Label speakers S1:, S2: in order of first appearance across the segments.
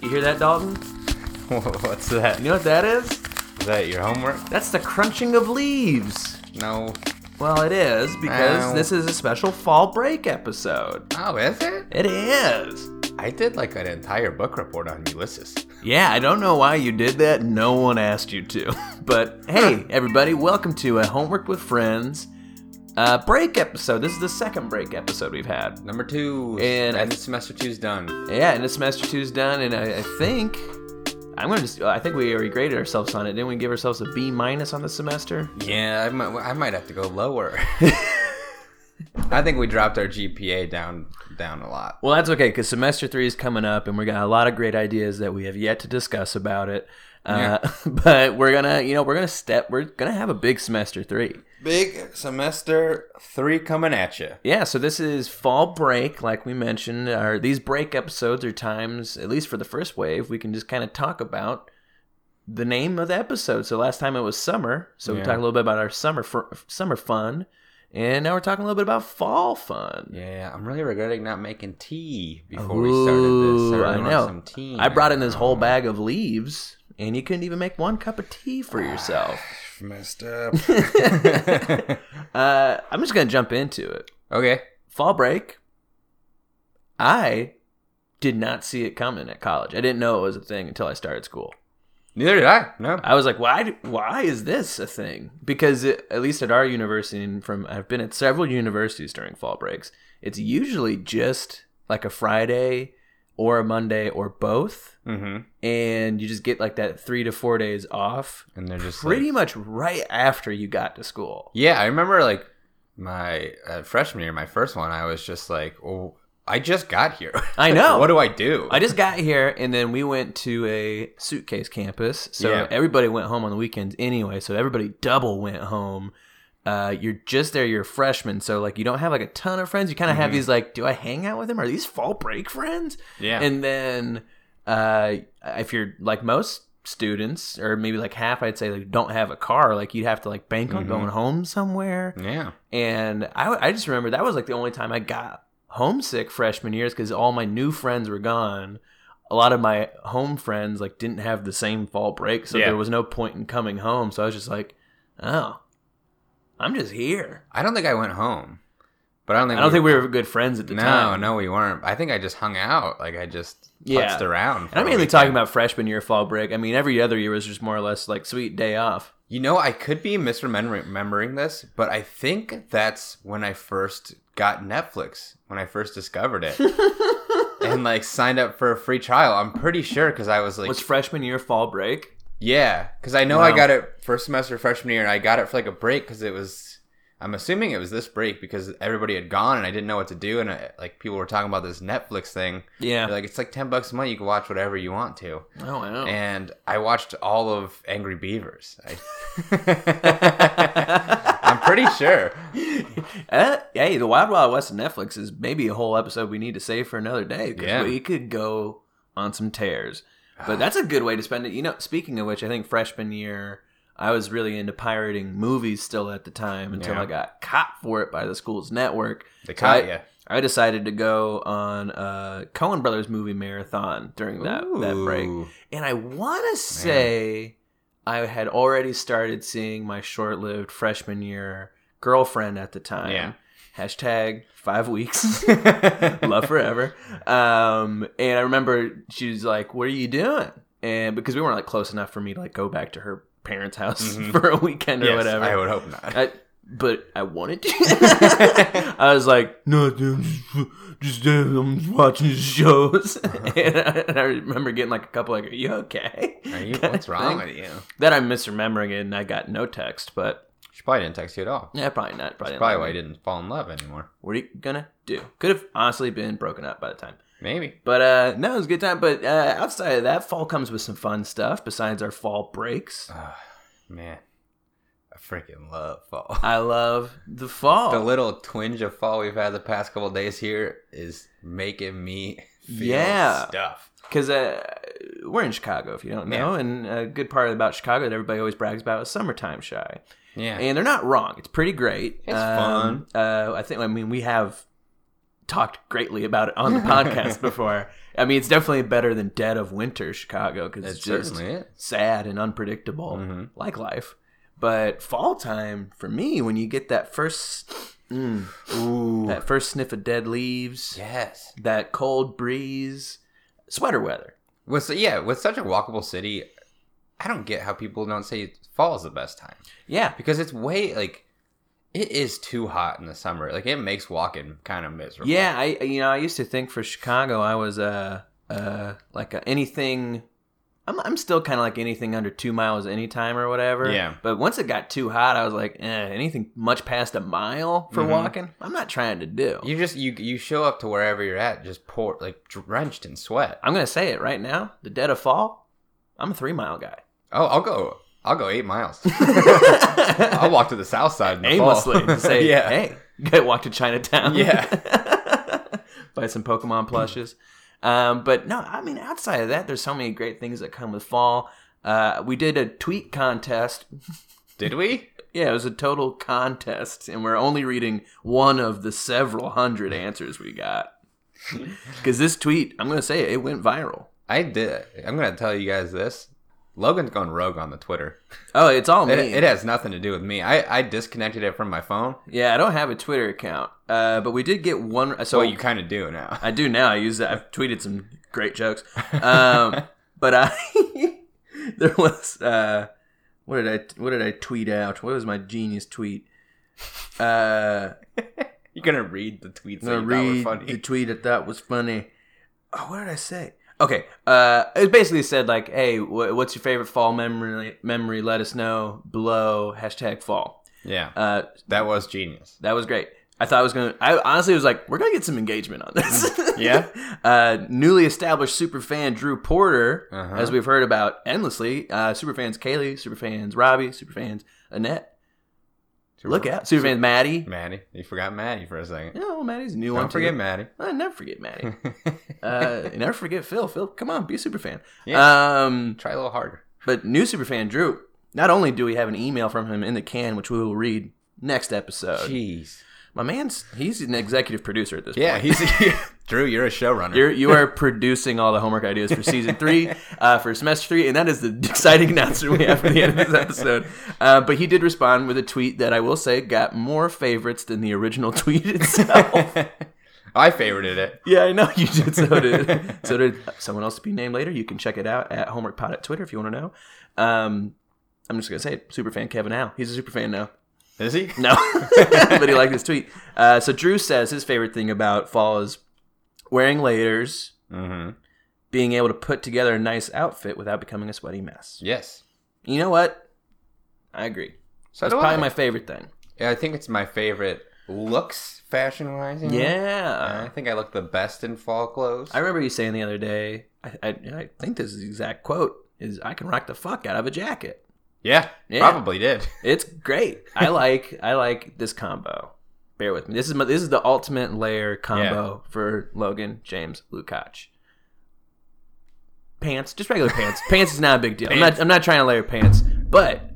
S1: You hear that, Dalton?
S2: What's that?
S1: You know what that is?
S2: Is that your homework?
S1: That's the crunching of leaves.
S2: No.
S1: Well, it is because
S2: Ow.
S1: this is a special fall break episode.
S2: Oh, is it?
S1: It is.
S2: I did like an entire book report on Ulysses.
S1: Yeah, I don't know why you did that. No one asked you to. But hey, everybody, welcome to a Homework with Friends uh, break episode. This is the second break episode we've had.
S2: Number two.
S1: And-
S2: and semester two's done.
S1: Yeah, and the semester two's done, and I, I think I'm gonna just. I think we already graded ourselves on it. Didn't we give ourselves a B minus on the semester?
S2: Yeah, I might, I might have to go lower. I think we dropped our GPA down down a lot.
S1: Well, that's okay because semester three is coming up, and we got a lot of great ideas that we have yet to discuss about it. Uh, But we're gonna, you know, we're gonna step. We're gonna have a big semester three.
S2: Big semester three coming at you.
S1: Yeah, so this is fall break, like we mentioned. Our, these break episodes are times, at least for the first wave, we can just kind of talk about the name of the episode. So last time it was summer, so we
S2: Yeah.
S1: talked a little bit about our summer fr- summer fun, and now we're talking a little bit about fall fun.
S2: Yeah, I'm really regretting not making tea before we started this.
S1: Ooh, I
S2: really want
S1: know.
S2: Some tea
S1: I brought in this whole bag of leaves, and you couldn't even make one cup of tea for yourself.
S2: Messed up.
S1: Uh, I'm just gonna jump into it.
S2: okay.
S1: fall break i did not see it coming at college i didn't know it was a thing until i started school
S2: Neither did I. No.
S1: i was like why do- why is this a thing because it, at least at our university and from i've been at several universities during fall breaks it's usually just like a friday or a monday or both
S2: Mm-hmm.
S1: and you just get like that three to four days off
S2: And they're just like-
S1: pretty much right after you got to school
S2: Yeah, I remember like my uh, freshman year, my first one. I was just like, "Oh, I just got here.
S1: i know
S2: what do I
S1: Oh.
S2: do?"
S1: I just got here, and then we went to a suitcase campus. So
S2: Yeah.
S1: everybody went home on the weekends anyway. So everybody double went home. Uh, you're just there. You're a freshman, so like you don't have like a ton of friends. You kind of have
S2: Mhm.
S1: these like, do I hang out with them? Are these fall break friends?
S2: yeah,
S1: And then uh, if you're like most students, or maybe like half, I'd say like don't have a car. Like you'd have to like bank on
S2: Mhm.
S1: going home somewhere.
S2: yeah,
S1: And I, I just remember that was like the only time I got homesick freshman years because all my new friends were gone. A lot of my home friends like didn't have the same fall break, so
S2: Yeah.
S1: there was no point in coming home. So I was just like, oh, I'm just here.
S2: I don't think I went home, but I don't think
S1: I don't think we were good friends at the
S2: no,
S1: time.
S2: no, we weren't. I think I just hung out. Like I just
S1: Yeah.
S2: putzed around. for
S1: And I'm
S2: a
S1: mainly
S2: weekend.
S1: talking about freshman year fall break. I mean, every other year was just more or less like sweet day off.
S2: You know, I could be misremembering this, but I think that's when I first got Netflix, when I first discovered it, and like signed up for a free trial. I'm pretty sure because I was like,
S1: was freshman year fall break?
S2: Yeah, because I know I
S1: Wow.
S2: got it first semester freshman year, and I got it for like a break because it was. I'm assuming it was this break because everybody had gone and I didn't know what to do, and I, like people were talking about this Netflix thing.
S1: Yeah.
S2: They're like it's like ten bucks a month, you can watch whatever you want to,
S1: oh, wow.
S2: and I watched all of Angry Beavers. I... I'm pretty sure.
S1: Uh, hey, the Wild Wild West of Netflix is maybe a whole episode we need to save for another day because
S2: Yeah. Ah.
S1: we could go on some tears. But that's a good way to spend it. You know, speaking of which, I think freshman year I was really into pirating movies still at the time until
S2: Yeah.
S1: I got caught for it by the school's network.
S2: They
S1: So I-
S2: caught you.
S1: I decided to go on a Cohen Brothers movie marathon during that, that break. And I want to say I had already started seeing my short lived freshman year girlfriend at the time.
S2: Yeah.
S1: Hashtag five weeks. Love forever. Um, and I remember she was like, What are you doing? And because we weren't like close enough for me to like go back to her parents' house
S2: Mhm.
S1: for a weekend or
S2: Yes,
S1: whatever.
S2: I would hope not.
S1: I, but I wanted to. I was like, no, dude, I'm just, just, uh, I'm just watching shows.
S2: Uh-huh.
S1: and, I, and I remember getting like a couple, like, are you okay?
S2: Are you,
S1: Kinda
S2: what's wrong
S1: thing.
S2: with you?
S1: Then I'm misremembering it and I got no text, but
S2: She probably didn't text you at all.
S1: yeah, probably not. Probably,
S2: That's
S1: not.
S2: probably why you didn't fall in love anymore.
S1: What are you gonna do? Could have honestly been broken up by the time.
S2: Maybe.
S1: But uh, no, it was a good time. But uh, outside of that, fall comes with some fun stuff besides our fall breaks.
S2: Oh, man, I freaking love fall.
S1: I love the fall.
S2: The little twinge of fall we've had the past couple days here is making me feel
S1: Yeah.
S2: stuff.
S1: because uh, we're in Chicago, if you don't know, and a good part about Chicago that everybody always brags about is summertime shy,
S2: Yeah,
S1: and they're not wrong. It's pretty great.
S2: It's
S1: Uh, I think. I mean, we have talked greatly about it on the podcast before. I mean, it's definitely better than Dead of Winter Chicago because it's
S2: It's
S1: just
S2: certainly it.
S1: sad and unpredictable,
S2: Mhm.
S1: like life. But fall time for me, when you get that first, mm,
S2: Ooh.
S1: that first sniff of dead leaves,
S2: yes.
S1: that cold breeze, sweater weather.
S2: With so, yeah, with such a walkable city, I don't get how people don't say fall is the best time
S1: Yeah,
S2: because it's way like it is too hot in the summer. Like it makes walking kind of miserable.
S1: yeah. I you know I used to think for Chicago I was uh uh like a, anything. I'm I'm still kind of like anything under two miles anytime or whatever.
S2: Yeah.
S1: But once it got too hot, I was like, eh, anything much past a mile for
S2: Mhm.
S1: walking, I'm not trying to do.
S2: You just you you show up to wherever you're at just pour like drenched in sweat.
S1: I'm gonna say it right now. The dead of fall. I'm a three mile guy.
S2: Oh, I'll go. I'll go eight miles. I'll walk to the south side in the fall.
S1: aimlessly to say,
S2: yeah.
S1: "Hey, go walk to Chinatown." Yeah, buy some Pokemon plushes. Um, but no, I mean, outside of that, there's so many great things that come with fall. Uh, we did a tweet contest.
S2: Did we?
S1: Yeah, it was a total contest, and we're only reading one of the several hundred answers we got. Because this tweet, I'm gonna say it, it went viral.
S2: I did. I'm gonna tell you guys this. Logan's going rogue on the Twitter.
S1: Oh, it's all me.
S2: It, it has nothing to do with me. I, I disconnected it from my phone.
S1: yeah, I don't have a Twitter account, uh, but we did get one. So
S2: well, you kind of do now.
S1: I do now. I use that. I've tweeted some great jokes. Um, but I there was uh, what did I what did I tweet out? What was my genius tweet? Uh,
S2: You're gonna read the tweets
S1: I'm
S2: that
S1: gonna
S2: you
S1: read
S2: thought were funny.
S1: the tweet I thought was funny. Oh, what did I say? Okay, uh, it basically said like, "Hey, wh- what's your favorite fall memory? Memory? Let us know below hashtag fall."
S2: yeah,
S1: Uh,
S2: that was genius.
S1: that was great. I thought I was gonna. I honestly was like, we're gonna get some engagement on this.
S2: Mm. Yeah.
S1: Uh, newly established super fan Drew Porter,
S2: Uh-huh.
S1: as we've heard about endlessly. Uh, super fans Kaylee, super fans Robbie, super fans Annette. Look out, super fans Maddie.
S2: Maddie. You forgot Maddie for a second.
S1: Yeah, well, Maddie's a new one.
S2: Don't
S1: too.
S2: forget Maddie.
S1: I never forget Maddie. uh, and never forget Phil. Phil, come on, be a super fan. Um,
S2: Try a little harder.
S1: but new super fan Drew. Not only do we have an email from him in the can, which we will read next episode.
S2: Jeez.
S1: My man's he's an executive producer at this point.
S2: Yeah, he's Drew. You're a showrunner.
S1: You're, you are producing all the homework ideas for season three, uh, for semester three, and that is the exciting announcement we have for the end of this episode. Uh, but he did respond with a tweet that I will say got more favorites than the original tweet itself.
S2: I favorited it.
S1: yeah, I know you did. So did so did someone else to be named later. You can check it out at Homework Pod at Twitter if you want to know. Um, I'm just gonna say it. Superfan Kevin Al. He's a superfan now.
S2: Is he?
S1: No, but he liked his tweet. Uh, so Drew says his favorite thing about fall is wearing layers
S2: Mm-hmm.
S1: being able to put together a nice outfit without becoming a sweaty mess.
S2: Yes.
S1: You know what? I agree.
S2: So
S1: That's
S2: do
S1: probably
S2: I.
S1: my favorite thing.
S2: Yeah, I think it's my favorite looks, fashion wise. I
S1: Yeah.
S2: think Uh, I look the best in fall clothes.
S1: I remember you saying the other day, I, I, I think this is the exact quote, is I can rock the fuck out of a jacket.
S2: yeah,
S1: Yeah.
S2: probably did.
S1: It's great. I like I like this combo. Bear with me. This is my, this is the ultimate layer combo for Logan James Lukacs. Pants, just regular pants. pants is not a big deal. I'm not
S2: Pants.
S1: I'm not trying to layer pants, but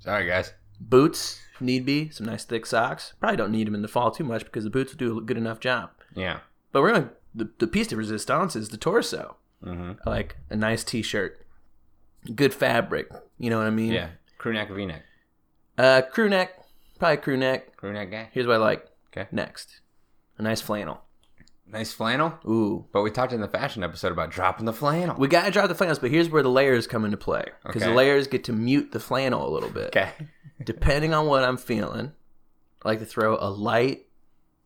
S2: Sorry, guys.
S1: boots if need be some nice thick socks probably don't need them in the fall too much because the boots will do a good enough job
S2: Yeah.
S1: but we're gonna the, the piece de resistance is the torso
S2: Mm-hmm.
S1: I like a nice t-shirt good fabric you know what i mean
S2: Yeah. Crew neck, V neck.
S1: uh crew neck probably crew neck
S2: Crew neck guy.
S1: here's what i like
S2: Okay.
S1: next a nice flannel
S2: Nice flannel.
S1: ooh
S2: But we talked in the fashion episode about dropping the flannel.
S1: we gotta drop the flannels but here's where the layers come into play because
S2: Okay.
S1: the layers get to mute the flannel a little bit
S2: okay.
S1: depending on what i'm feeling i like to throw a light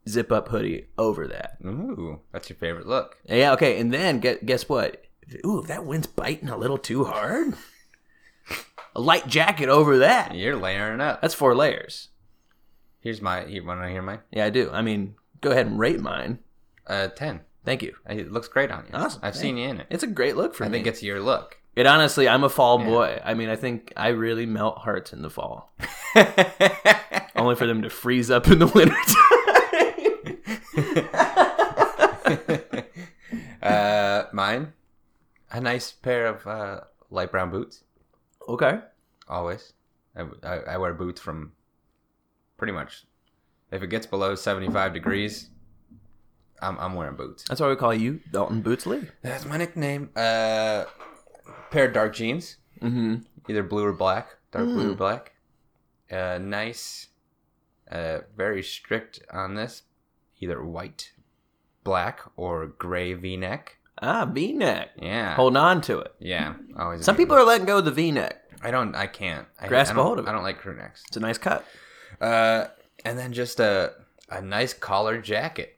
S1: zip up hoodie over that
S2: Ooh, that's your favorite look.
S1: Yeah, okay. And then get, guess what? Ooh, if that wind's biting a little too hard, a light jacket over that.
S2: You're layering up.
S1: That's four layers.
S2: Here's my. You want to hear mine?
S1: Yeah, I do. I mean, go ahead and rate mine.
S2: Uh, ten.
S1: Thank you.
S2: It looks great on you.
S1: Awesome,
S2: I've seen you in it.
S1: It's a great look for
S2: I
S1: me.
S2: think it's your look.
S1: it honestly, I'm a fall
S2: Yeah.
S1: boy. I mean, I think I really melt hearts in the fall, only for them to freeze up in the winter.
S2: uh, mine. A nice pair of uh, light brown boots.
S1: okay.
S2: Always. I, I, I wear boots from pretty much. If it gets below seventy-five degrees, I'm, I'm wearing boots.
S1: That's why we call you Dalton Boots Lee.
S2: That's my nickname. Uh, pair of dark jeans,
S1: Mm-hmm.
S2: either blue or black, dark blue or
S1: Mm.
S2: black. Uh, nice. Uh, very strict on this. Either white, black, or gray V-neck.
S1: Ah, V neck.
S2: Yeah.
S1: Hold on to it.
S2: Yeah. Always.
S1: Some people are letting go of the V neck.
S2: I don't. I can't. I,
S1: Grasp
S2: I
S1: a
S2: don't-
S1: hold of it.
S2: I don't like crew necks.
S1: It's a nice cut.
S2: Uh, and then just a a nice collar jacket.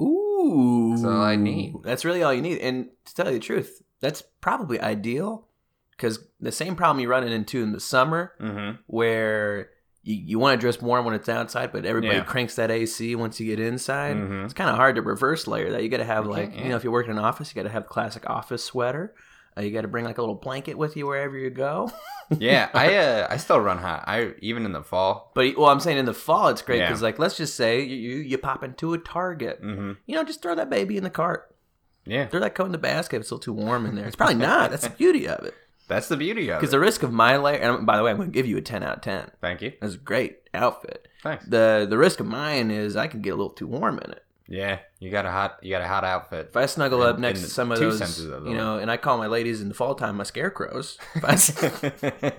S1: Ooh,
S2: That's all I need.
S1: That's really all you need. And to tell you the truth, that's probably ideal because the same problem you're running into in the summer,
S2: Mm-hmm.
S1: where you, you want to dress warm when it's outside, but everybody
S2: Yeah.
S1: cranks that AC once you get inside.
S2: Mhm.
S1: It's kind of hard to reverse layer that. You got to have
S2: You
S1: like
S2: can't, yeah.
S1: you know, if you're working in an office, you got to have the classic office sweater. Uh, you got to bring like a little blanket with you wherever you go.
S2: yeah, I uh, I still run hot. I even in the fall.
S1: But well, I'm saying in the fall it's great
S2: Yeah.
S1: because like let's just say you, you you pop into a Target,
S2: Mm-hmm.
S1: you know, just throw that baby in the cart.
S2: Yeah,
S1: They're like coat in the basket. It's still too warm in there. It's probably not. That's the beauty of it.
S2: that's the beauty of it.
S1: Because the risk of my layer, and by the way, I'm going to give you a 10 out of 10.
S2: Thank you.
S1: That's a great outfit.
S2: Thanks.
S1: The the risk of mine is I can get a little too warm in it.
S2: Yeah, you got a hot you got a hot outfit.
S1: If I snuggle up
S2: And-
S1: next
S2: and
S1: to some of
S2: two
S1: those,
S2: senses of the
S1: you know, and I call my ladies in the fall time my scarecrows. If, I, if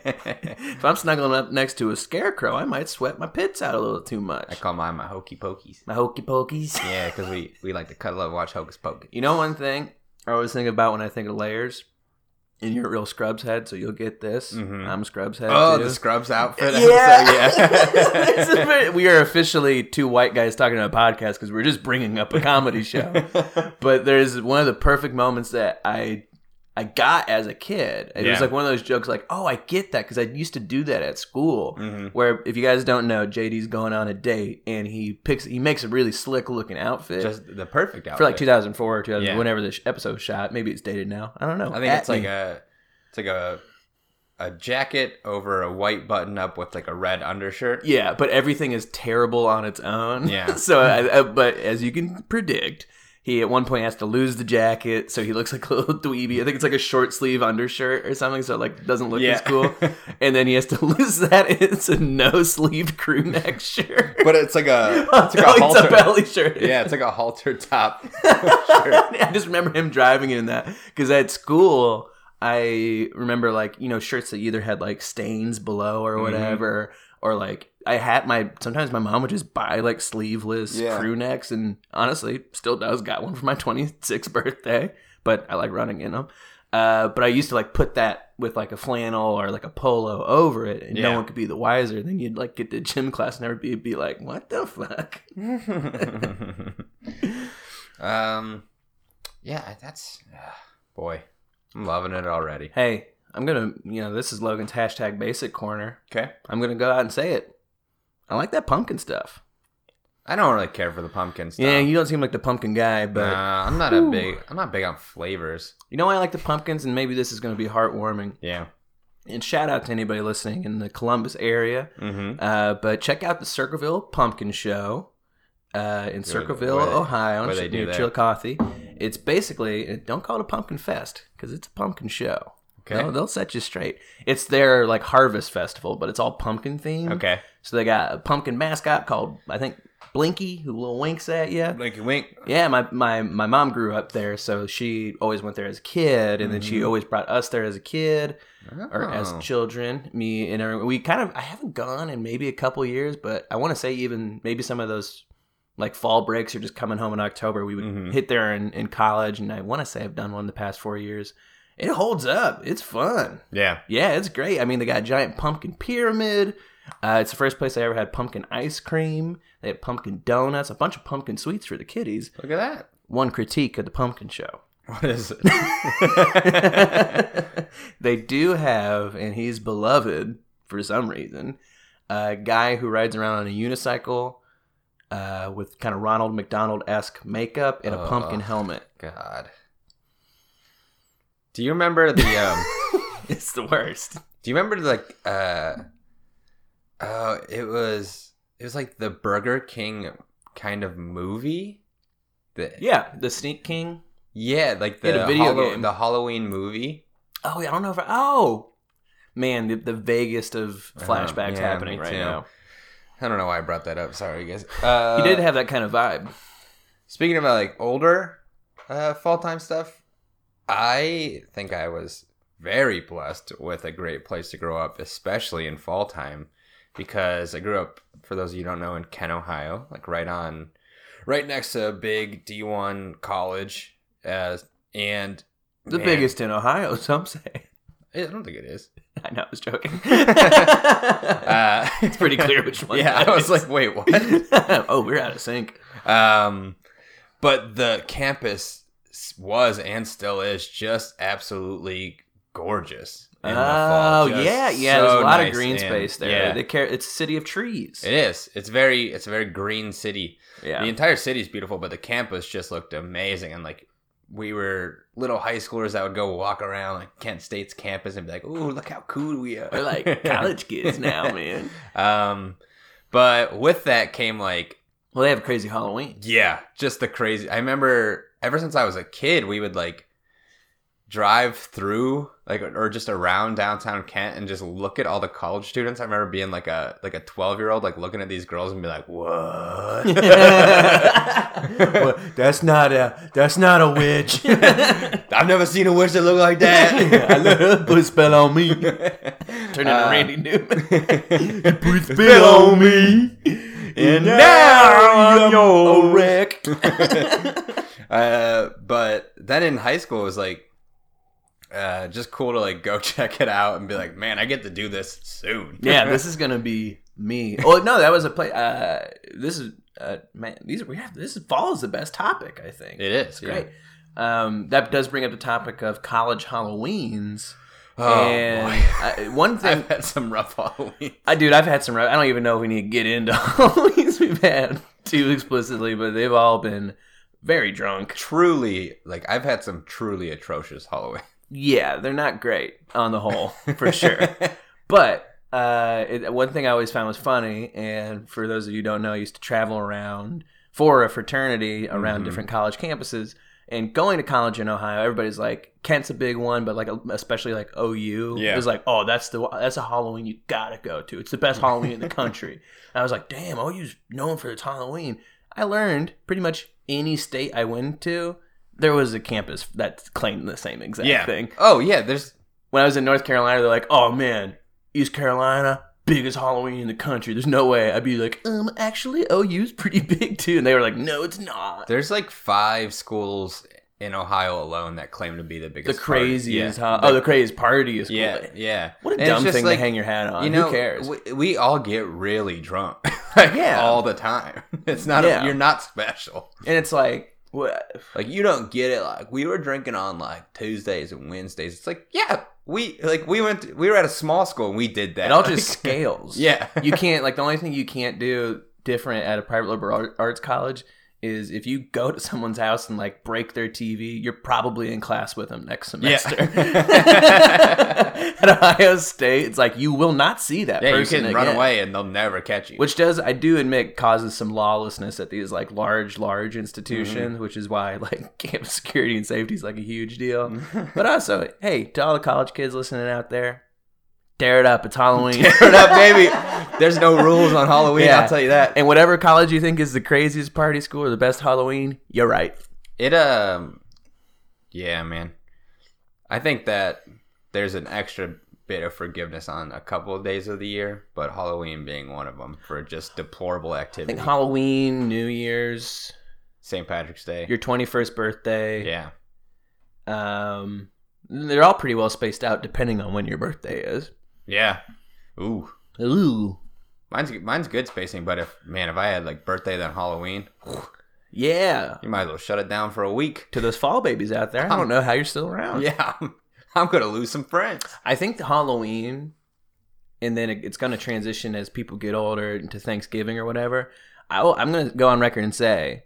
S2: I
S1: I'm snuggling up next to a scarecrow, I might sweat my pits out a little too much.
S2: call mine my hokey pokeys.
S1: My hokey pokeys.
S2: Yeah, because we we like to cuddle up, watch Hocus Pocus.
S1: You know one thing I always think about when I think of layers, and you're a real scrubs head, so you'll get this.
S2: Mhm.
S1: I'm a scrubs head.
S2: Oh,
S1: too.
S2: the Scrubs outfit.
S1: This is
S2: episode,
S1: very- we are officially two white guys talking on a podcast because we're just bringing up a comedy show.
S2: yeah.
S1: but there's one of the perfect moments that I I got as a kid. It
S2: Yeah.
S1: was like one of those jokes, like, "Oh, I get that," because I used to do that at school.
S2: Mhm.
S1: Where if you guys don't know, JD's going on a date and he picks he makes a really slick looking outfit.
S2: Just the perfect outfit
S1: for like 2004 or 2000,
S2: Yeah.
S1: whenever this episode shot, maybe it's dated now. I don't know.
S2: I think
S1: At
S2: it's like
S1: me.
S2: a it's like a a jacket over a white button up with like a red undershirt.
S1: Yeah, but everything is terrible on its own.
S2: Yeah.
S1: so, I, I, but as you can predict, he at one point has to lose the jacket, so he looks like a little dweeby. I think it's like a short sleeve undershirt or something, so it, like doesn't look as cool. And then he has to lose that. and It's a no sleeve crew neck shirt.
S2: but it's like a it's like a
S1: No, it's a
S2: halter.
S1: belly shirt.
S2: yeah, it's like a halter top.
S1: I just remember him driving in that because at school I remember like you know shirts that either had like stains below or
S2: Mhm.
S1: whatever or like I had my sometimes my mom would just buy like sleeveless
S2: Yeah.
S1: crew necks and honestly still does got one for my 26th birthday but I like running in them. Uh, but I used to like put that with like a flannel or like a polo over it, and no
S2: Yeah.
S1: one could be the wiser. Then you'd like get to gym class and everybody would be like, "What the fuck?"
S2: um, yeah, that's ah, boy, I'm loving it already.
S1: Hey, I'm gonna, you know, this is Logan's hashtag basic corner.
S2: Okay,
S1: I'm gonna go out and say it. I like that pumpkin stuff.
S2: I don't really care for the pumpkin stuff.
S1: Yeah, you don't seem like the pumpkin guy, but
S2: Nah, I'm not a
S1: Whew.
S2: big. I'm not big on flavors.
S1: you know why I like the pumpkins, and maybe this is gonna be heartwarming.
S2: Yeah.
S1: And shout out to anybody listening in the Columbus area.
S2: Mm-hmm.
S1: Uh, but check out the Circleville Pumpkin Show uh, in Circleville,
S2: where they-
S1: Ohio,
S2: where they do
S1: near
S2: that.
S1: Chillicothe. It's basically don't call it a pumpkin fest because it's a pumpkin show.
S2: Okay.
S1: They'll, they'll set you straight. It's their like harvest festival, but it's all pumpkin themed.
S2: Okay.
S1: So they got a pumpkin mascot called I think Blinky, who little winks at you.
S2: Blinky wink.
S1: Yeah, my, my my mom grew up there, so she always went there as a kid, and then she
S2: Mhm.
S1: always brought us there as a kid or as
S2: Oh.
S1: children. Me and everyone, we kind of I haven't gone in maybe a couple years, but I want to say even maybe some of those like fall breaks or just coming home in October, we would
S2: Mhm.
S1: hit there in, in college, and I want to say I've done one the past four years. It holds up. It's fun.
S2: Yeah.
S1: Yeah, it's great. I mean, they got a giant pumpkin pyramid. Uh, it's the first place I ever had pumpkin ice cream. They had pumpkin donuts, a bunch of pumpkin sweets for the kiddies.
S2: Look at that.
S1: One critique of the pumpkin show.
S2: What is it?
S1: they do have, and he's beloved for some reason, a guy who rides around on a unicycle uh, with kind of Ronald McDonald esque makeup and a
S2: Ugh.
S1: pumpkin helmet.
S2: God. Do you remember the um
S1: it's the worst.
S2: do you remember like uh oh it was it was like the Burger King kind of movie? The,
S1: Yeah, the Sneak King.
S2: yeah, like the,
S1: Yeah, the video
S2: Hallo-
S1: game.
S2: the Halloween movie.
S1: Oh, yeah, I don't know if I, oh man, the, the vaguest of
S2: Uh-huh.
S1: flashbacks
S2: Yeah,
S1: happening
S2: me
S1: right
S2: too.
S1: now.
S2: I don't know why I brought that up. Sorry guys. Uh
S1: he did have that kind of vibe.
S2: Speaking about like older uh, fall time stuff, I think I was very blessed with a great place to grow up, especially in fall time, because I grew up, for those of you who don't know, in Kent, Ohio, like right on, right next to a big D1 college. Uh, and
S1: The
S2: man,
S1: biggest in Ohio, some say.
S2: I don't think it is.
S1: I know, I was joking.
S2: Uh,
S1: it's pretty clear which one.
S2: yeah,
S1: that
S2: I was
S1: is.
S2: like, wait, what?
S1: oh, we're out of sync.
S2: Um, but the campus s- was and still is just absolutely gorgeous. In the fall.
S1: Oh
S2: Just
S1: yeah, yeah.
S2: so
S1: there's a lot of
S2: nice
S1: green
S2: and-
S1: space there.
S2: Yeah,
S1: They care. It's a city of trees.
S2: it is. It's very, it's a very green city.
S1: yeah.
S2: The entire city's beautiful, but the campus just looked amazing. And like, we were little high schoolers that would go walk around like Kent State's campus and be like, "Ooh, look how cool we are!"
S1: We're like college kids now, man.
S2: Um, but with that came like
S1: Well, they have a crazy Halloween.
S2: Yeah, just the crazy. I remember ever since I was a kid, we would like drive through like or just around downtown Kent and just look at all the college students. I remember being like a like a 12-year-old like looking at these girls and be like, "What?"
S1: Well, that's not a that's not a witch.
S2: I've never seen a witch that looked like
S1: I
S2: that. Uh,
S1: let her put a spell on me. Turn
S2: Turn
S1: into Randy Newman.
S2: Newman.
S1: Put a Uh, spell on me,
S2: And now I'm
S1: a
S2: yours.
S1: wreck.
S2: uh, but then in high school, it was like uh, just cool to like go check it out and be like, man, I get to do this soon.
S1: yeah, this is gonna be me. Oh no, that was a play. Uh, this is uh, man. These we have. This is fall is the best topic. I think
S2: it is yeah.
S1: great. Um, that does bring up the topic of college Halloweens.
S2: Oh,
S1: and
S2: boy.
S1: I, one thing,
S2: I've had some rough Halloween.
S1: I, dude, I've had some. rough- I don't even know if we need to get into Halloweens we've had too explicitly, but they've all been very drunk.
S2: Truly, like I've had some truly atrocious Halloween
S1: Yeah, they're not great on the whole for sure. But uh, it, one thing I always found was funny, and for those of you who don't know, I used to travel around for a fraternity around
S2: Mhm.
S1: different college campuses. And going to college in Ohio, everybody's like Kent's a big one, but like especially like OU
S2: Yeah.
S1: is like, oh, that's the that's a Halloween you gotta go to. It's the best Halloween in the country. And I was like, damn, OU's known for its Halloween. I learned pretty much any state I went to, there was a campus that claimed the same exact
S2: Yeah.
S1: thing
S2: Oh yeah, there's
S1: when I was in North Carolina, they're like, "Oh man, East Carolina, biggest Halloween in the country." There's no way. I'd be like, "Um, actually, OU's pretty big too," and they were like, "No, it's not."
S2: there's like five schools in Ohio alone that claim to be the biggest.
S1: The craziest,
S2: party.
S1: huh? oh, the craziest party is cool.
S2: yeah, yeah, yeah.
S1: What a
S2: And it's
S1: dumb
S2: just
S1: thing
S2: like,
S1: to hang your hat on.
S2: you know,
S1: Who cares?
S2: We, we all get really drunk, like,
S1: Yeah.
S2: all the time. It's not
S1: Yeah.
S2: a, you're not special.
S1: and it's like, wha-
S2: Like you don't get it. Like we were drinking on like Tuesdays and Wednesdays. It's like yeah, we like we went. we were at a small school and we did that.
S1: it all just
S2: Like,
S1: scales.
S2: yeah.
S1: you can't like the only thing you can't do different at a private liberal ar- arts college is if you go to someone's house and like break their TV, you're probably in class with them next
S2: Yeah.
S1: semester. at Ohio State, it's like you will not see that
S2: yeah, you
S1: person
S2: can run
S1: again.
S2: away and they'll never catch you.
S1: Which does I do admit causes some lawlessness at these like large large institutions,
S2: Mm-hmm.
S1: which is why like campus security and safety is like a huge deal.
S2: Mm-hmm.
S1: But also, hey, to all the college kids listening out there, dare it up! It's Halloween.
S2: Tear it up, baby. There's no rules on Halloween.
S1: Yeah.
S2: I'll tell you that.
S1: And whatever college you think is the craziest party school or the best Halloween, you're right.
S2: It um, yeah, man. I think that there's an extra bit of forgiveness on a couple of days of the year, but Halloween being one of them for just deplorable
S1: I think
S2: activity.
S1: Halloween, New Year's,
S2: St. Patrick's Day.
S1: your 21st birthday.
S2: yeah,
S1: Um, they're all pretty well spaced out depending on when your birthday is.
S2: yeah. Ooh,
S1: Ooh.
S2: mine's mine's good spacing, but if man, if I had like birthday then Halloween,
S1: Yeah.
S2: you might as well shut it down for a week.
S1: To those fall babies out there, I don't know how you're still around.
S2: Yeah, I'm, I'm gonna lose some friends.
S1: I think the Halloween, and then it- it's going to transition as people get older into Thanksgiving or whatever. I, will- I'm going to go on record and say,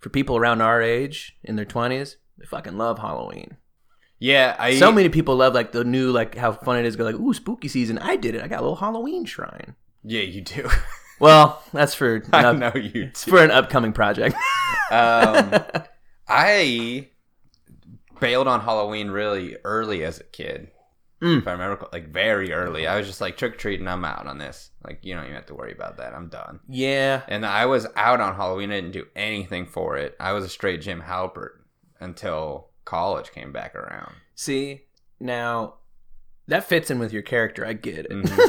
S1: for people around our age in their 20s, they fucking love Halloween.
S2: Yeah, I
S1: so many people love like the new like how fun it is. Go like, ooh, spooky season! I did it. I got a little Halloween shrine.
S2: Yeah, you do.
S1: Well, that's for an
S2: I
S1: up-
S2: know you.
S1: it's for an upcoming project.
S2: Um, I bailed on Halloween really early as a kid.
S1: Mm.
S2: if I remember, co- like very early. I was just like trick or treating. I'm out on this. Like you don't even have to worry about that. I'm done.
S1: Yeah.
S2: And I was out on Halloween. I didn't do anything for it. I was a straight Jim Halpert until college came back around.
S1: See, now that fits in with your character. I get it. Mm-hmm.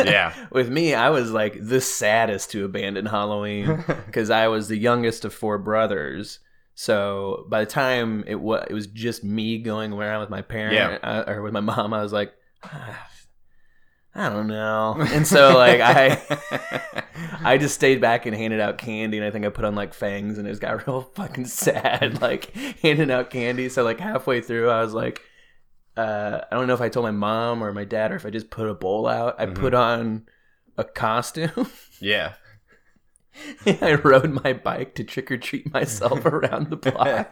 S2: Yeah.
S1: With me, I was like the saddest to abandon Halloween because I was the youngest of four brothers. So by the time it was, it was just me going around with my parent uh, or with my mom. I was like, "Ah, I don't know. And so like I, I just stayed back and handed out candy, and I think I put on like fangs, and it just got real fucking sad, like handing out candy. So like halfway through, I was like, uh, I don't know if I told my mom or my dad, or if I just put a bowl out. I
S2: Mhm.
S1: put on a costume.
S2: yeah.
S1: and I rode my bike to trick or treat myself around the block.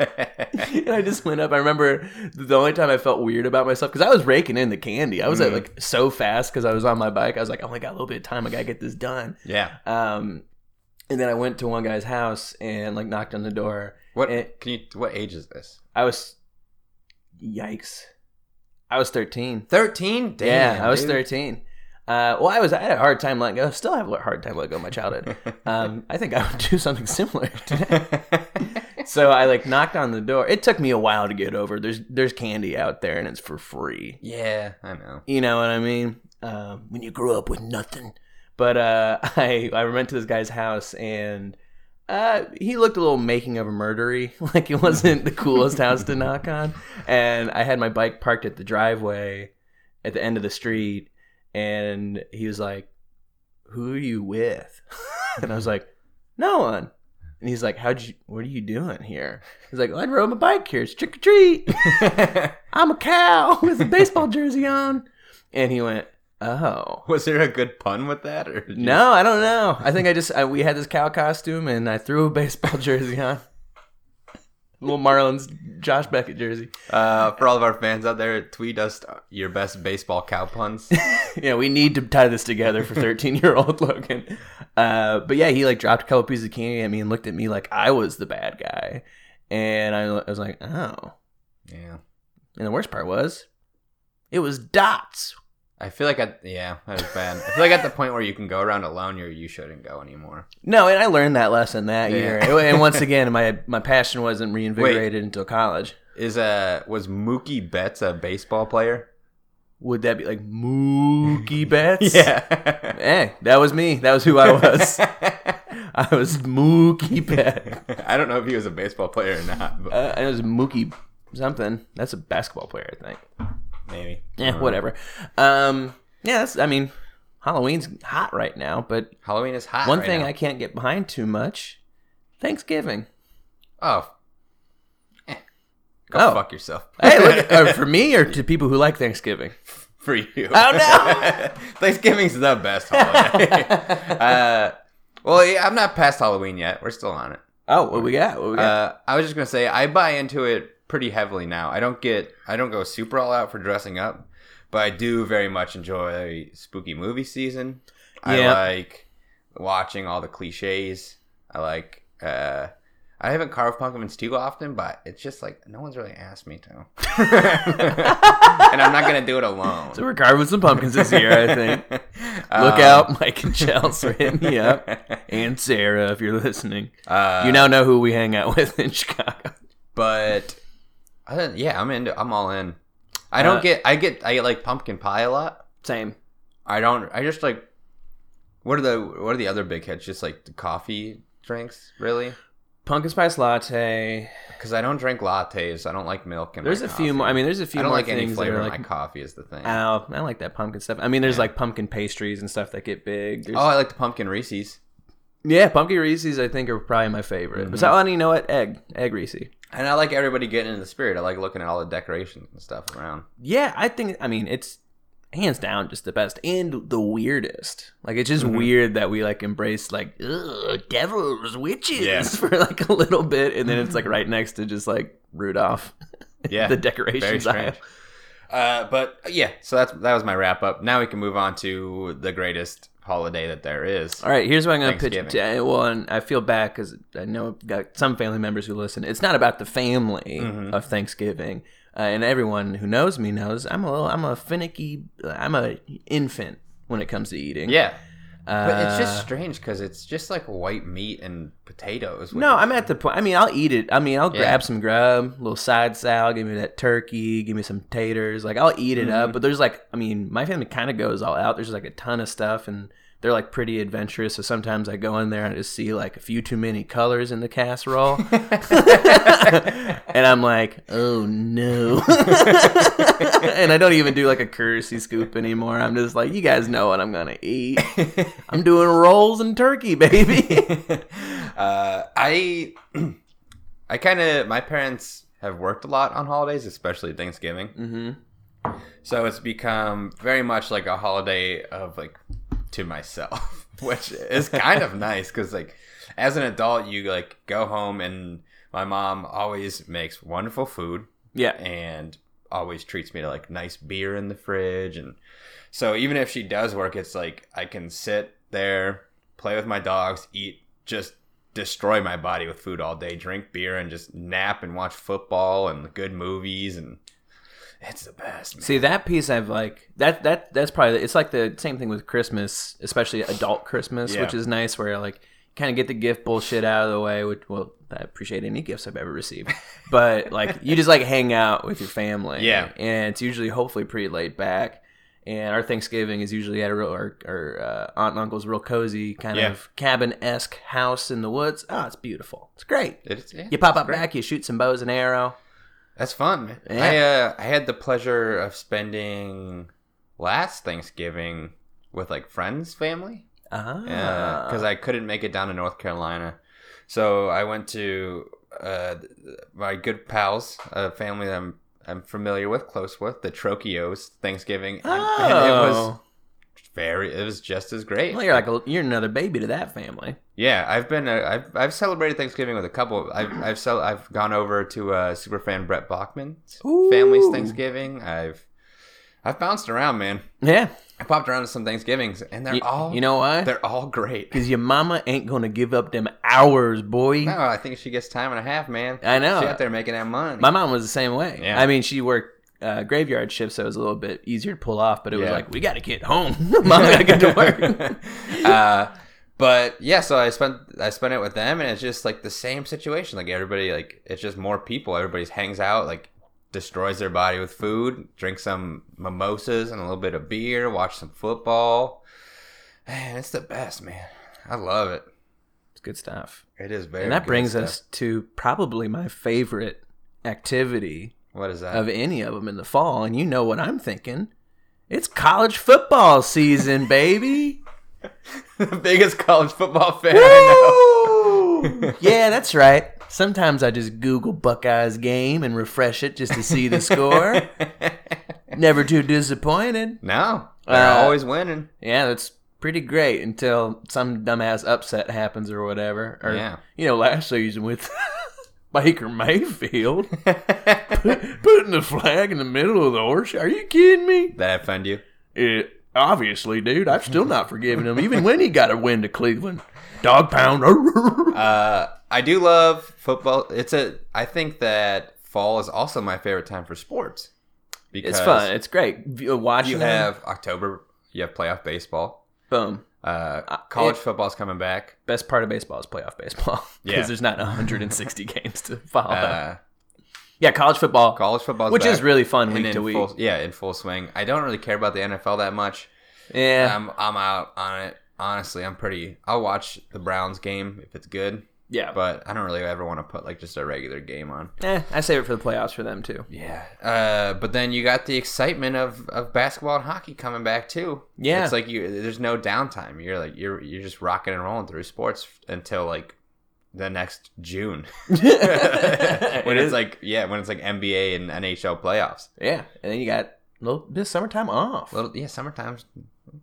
S1: and I just went up. I remember the only time I felt weird about myself because I was raking in the candy. I was at,
S2: Mm.
S1: like so fast because I was on my bike. I was like, I only got a little bit of time. I gotta get this done.
S2: yeah.
S1: Um, and then I went to one guy's house and like knocked on the door.
S2: What
S1: It-
S2: can you? What age is this?
S1: I was, yikes, I was thirteen.
S2: Thirteen.
S1: yeah, I was thirteen. Uh, well, I was I had a hard time letting go. I still have a hard time letting go of my childhood. Um, I think I would do something similar. so I like knocked on the door. It took me a while to get over. There's there's candy out there and it's for free.
S2: yeah, I know.
S1: You know what I mean? Um, when you grow up with nothing. But uh, I I went to this guy's house and uh, he looked a little making of a murdery. Like it wasn't the coolest house to knock on. And I had my bike parked at the driveway at the end of the street. And he was like, "Who are you with?" and I was like, "No one." And he's like, "How'd you? What are you doing here?" He's like, well, "I rode my bike here. It's trick or treat." I'm a cow with a baseball jersey on. And he went, Oh.
S2: was there a good pun with that, or did you-
S1: No, I don't know. I think I just, I, we had this cow costume and I threw a baseball jersey on. Little Marlins Josh Beckett jersey.
S2: Uh, for all of our fans out there, tweet us your best baseball cow puns.
S1: Yeah, we need to tie this together for 13 year old Logan. Uh, but yeah, he like dropped a couple pieces of candy at me and looked at me like I was the bad guy. And I, I was like, Oh.
S2: yeah,
S1: And the worst part was, it was dots.
S2: I feel like at yeah, that was bad. I feel like at the point where you can go around alone, you you shouldn't go anymore.
S1: No, and I learned that lesson that
S2: Yeah.
S1: year. And once again, my my passion wasn't reinvigorated until college.
S2: Is uh was Mookie Betts a baseball player?
S1: Would that be like Mookie Betts?
S2: Yeah,
S1: Hey, that was me. That was who I was. I was Mookie Betts.
S2: I don't know if he was a baseball player or not, but
S1: Uh, I was Mookie something. That's a basketball player, I think.
S2: maybe.
S1: Yeah,
S2: Uh,
S1: whatever. Um, yeah, that's, I mean, Halloween's hot right now, but
S2: Halloween is hot.
S1: one
S2: right
S1: thing
S2: now.
S1: I can't get behind too much Thanksgiving.
S2: oh, Eh. go
S1: Oh.
S2: fuck yourself.
S1: Hey, look, uh, for me or to people who like Thanksgiving?
S2: for you.
S1: Oh,
S2: no! Thanksgiving's the best holiday. uh, well, yeah, I'm not past Halloween yet. We're still on it.
S1: Oh, what we got? What we got?
S2: Uh, I was just gonna say I buy into it pretty heavily now. I don't get I don't go super all out for dressing up, but I do very much enjoy spooky movie season.
S1: Yeah.
S2: I like watching all the cliches. I like. Uh, I haven't carved pumpkins too often, but it's just like no one's really asked me to, and I'm not gonna do it alone.
S1: so we're carving some pumpkins this year, I think. Look
S2: Um,
S1: out, Mike and Chels for hitting me up. And Sarah, if you're listening.
S2: Uh,
S1: you now know who we hang out with in Chicago.
S2: but I don't- yeah, I'm into. I'm all in. I don't
S1: Uh,
S2: get. I get. I get like pumpkin pie a lot.
S1: Same.
S2: I don't. I just like. What are the What are the other big hits? Just like the coffee drinks, really?
S1: Pumpkin spice latte.
S2: Because I don't drink lattes. I don't like milk. And
S1: There's a few more. I mean, there's a few
S2: I don't
S1: more
S2: like
S1: things
S2: any flavor.
S1: that are
S2: in
S1: like. Uh,
S2: my coffee is the thing.
S1: Ow, I like that pumpkin stuff. I mean, there's
S2: Yeah.
S1: like pumpkin pastries and stuff that get big. There's,
S2: oh, I like the pumpkin Reese's.
S1: yeah, pumpkin Reese's I think are probably my favorite.
S2: Mhm.
S1: But so, oh, and you know what? Egg, egg Reese.
S2: And I like everybody getting into the spirit. I like looking at all the decorations and stuff around.
S1: Yeah, I think. I mean, it's hands down just the best and the weirdest. Like, it's just
S2: Mhm.
S1: weird that we like embrace like ugh, devils, witches
S2: Yeah. Mm-hmm.
S1: for like a little bit, and then it's like right next to just like Rudolph,
S2: Yeah,
S1: the decorations aisle.
S2: Uh, but yeah, so that's that was my wrap up. Now we can move on to the greatest holiday that there is.
S1: All right, here's what I'm going to pitch.
S2: Thanksgiving.
S1: To, well, and I feel bad because I know I've got some family members who listen. It's not about the family
S2: Mhm.
S1: of Thanksgiving, uh, and everyone who knows me knows I'm a little, I'm a finicky, I'm a infant when it comes to eating.
S2: Yeah.
S1: uh,
S2: But it's just strange because it's just like white meat and potatoes. which
S1: No,
S2: is-
S1: I'm at the point. I mean, I'll eat it. I mean, I'll
S2: Yeah.
S1: grab some grub, little side salad. Give me that turkey. Give me some taters. Like I'll eat it up. But there's like, I mean, my family kind of goes all out. There's like a ton of stuff, and they're like pretty adventurous. So sometimes I go in there and I just see like a few too many colors in the casserole, and I'm like, oh no. and I don't even do like a courtesy scoop anymore. I'm just like, you guys know what I'm gonna eat. I'm doing rolls and turkey, baby.
S2: uh, I I kind of my parents have worked a lot on holidays, especially Thanksgiving.
S1: mm-hmm.
S2: So it's become very much like a holiday of like to myself, which is kind of nice because like as an adult, you like go home and my mom always makes wonderful food
S1: Yeah.
S2: and always treats me to like nice beer in the fridge and so even if she does work it's like i can sit there play with my dogs eat just destroy my body with food all day drink beer and just nap and watch football and good movies and it's the best man.
S1: See that piece I've like that that that's probably it's like the same thing with Christmas, especially adult Christmas,
S2: Yeah.
S1: which is nice where like kind of get the gift bullshit out of the way. Which well, I appreciate any gifts I've ever received, but like you just like hang out with your family,
S2: Yeah.
S1: and it's usually hopefully pretty laid back. And our Thanksgiving is usually at a real our, our uh, aunt and uncle's real cozy kind
S2: Yeah.
S1: of cabin esque house in the woods. Oh, it's beautiful. It's great.
S2: It's- yeah,
S1: You pop
S2: it's
S1: up
S2: great.
S1: back, you shoot some bows and arrow.
S2: that's fun man. i uh i had the pleasure of spending last thanksgiving with like friends family
S1: Ah,
S2: because I couldn't make it down to North Carolina. So I went to uh, th- my good pals, a family that I'm I'm familiar with, close with, the Trocheos Thanksgiving, and,
S1: oh.
S2: and it was very, it was just as great.
S1: Well, you're like a, you're another baby to that family.
S2: yeah, I've been, uh, I've I've celebrated Thanksgiving with a couple. I've I've cel- I've gone over to uh, superfan Brett Bachman's family's
S1: Ooh.
S2: Thanksgiving. I've I've bounced around, man.
S1: Yeah,
S2: I popped around to some Thanksgivings, and they're
S1: you,
S2: all
S1: you know why?
S2: they're all great.
S1: Because your mama ain't gonna give up them hours, boy.
S2: No, I think she gets time and a half, man.
S1: I know.
S2: She out there making that money.
S1: My mom was the same way.
S2: Yeah.
S1: I mean, she worked uh, graveyard shifts, so it was a little bit easier to pull off. But it was
S2: Yeah.
S1: like we gotta get home. mom gotta get to work.
S2: uh, but yeah, so I spent I spent it with them, and it's just like the same situation. Like everybody, like it's just more people. Everybody hangs out, like destroys their body with food, drink some mimosas and a little bit of beer, watch some football. Man, it's the best, man. I love it.
S1: it's good stuff.
S2: It is very.
S1: and that
S2: good
S1: brings
S2: stuff.
S1: us to probably my favorite activity
S2: What is that?
S1: of any of them in the fall. And you know what I'm thinking? It's college football season, baby.
S2: the biggest college football fan I know.
S1: yeah, that's right. Sometimes I just Google Buckeyes game and refresh it just to see the score. Never too disappointed.
S2: no, they're
S1: Uh,
S2: always winning.
S1: Yeah, that's pretty great until some dumbass upset happens or whatever. Or
S2: Yeah.
S1: you know, last season with Baker Mayfield putting the flag in the middle of the horse. Are you kidding me?
S2: That offend you?
S1: It obviously, dude. I'm still not forgiving him, even when he got a win to Cleveland. Dog pound.
S2: Uh, I do love football. It's a. I think that fall is also my favorite time for sports.
S1: It's fun. It's great. V- uh, Watching
S2: You
S1: them.
S2: have October. You have playoff baseball.
S1: boom.
S2: Uh,
S1: Uh,
S2: college
S1: it-
S2: football's coming back.
S1: Best part of baseball is playoff baseball because
S2: Yeah.
S1: there's not 160 games to follow.
S2: Uh,
S1: yeah, college football,
S2: college football,
S1: which is really fun
S2: and
S1: week
S2: in
S1: to week.
S2: full, yeah, in full swing. I don't really care about the NFL that much.
S1: yeah,
S2: I'm I'm out on it. Honestly, I'm pretty. I'll watch the Browns game if it's good,
S1: yeah.
S2: but I don't really ever want to put like just a regular game on.
S1: Eh, I save it for the playoffs for them too.
S2: Yeah. Uh, but then you got the excitement of, of basketball and hockey coming back too.
S1: Yeah.
S2: It's like you there's no downtime. You're like you're you're just rocking and rolling through sports until like the next June. when it's like yeah, when it's like NBA and NHL playoffs.
S1: yeah, and then you got little bit of summertime off.
S2: Little yeah, summertime's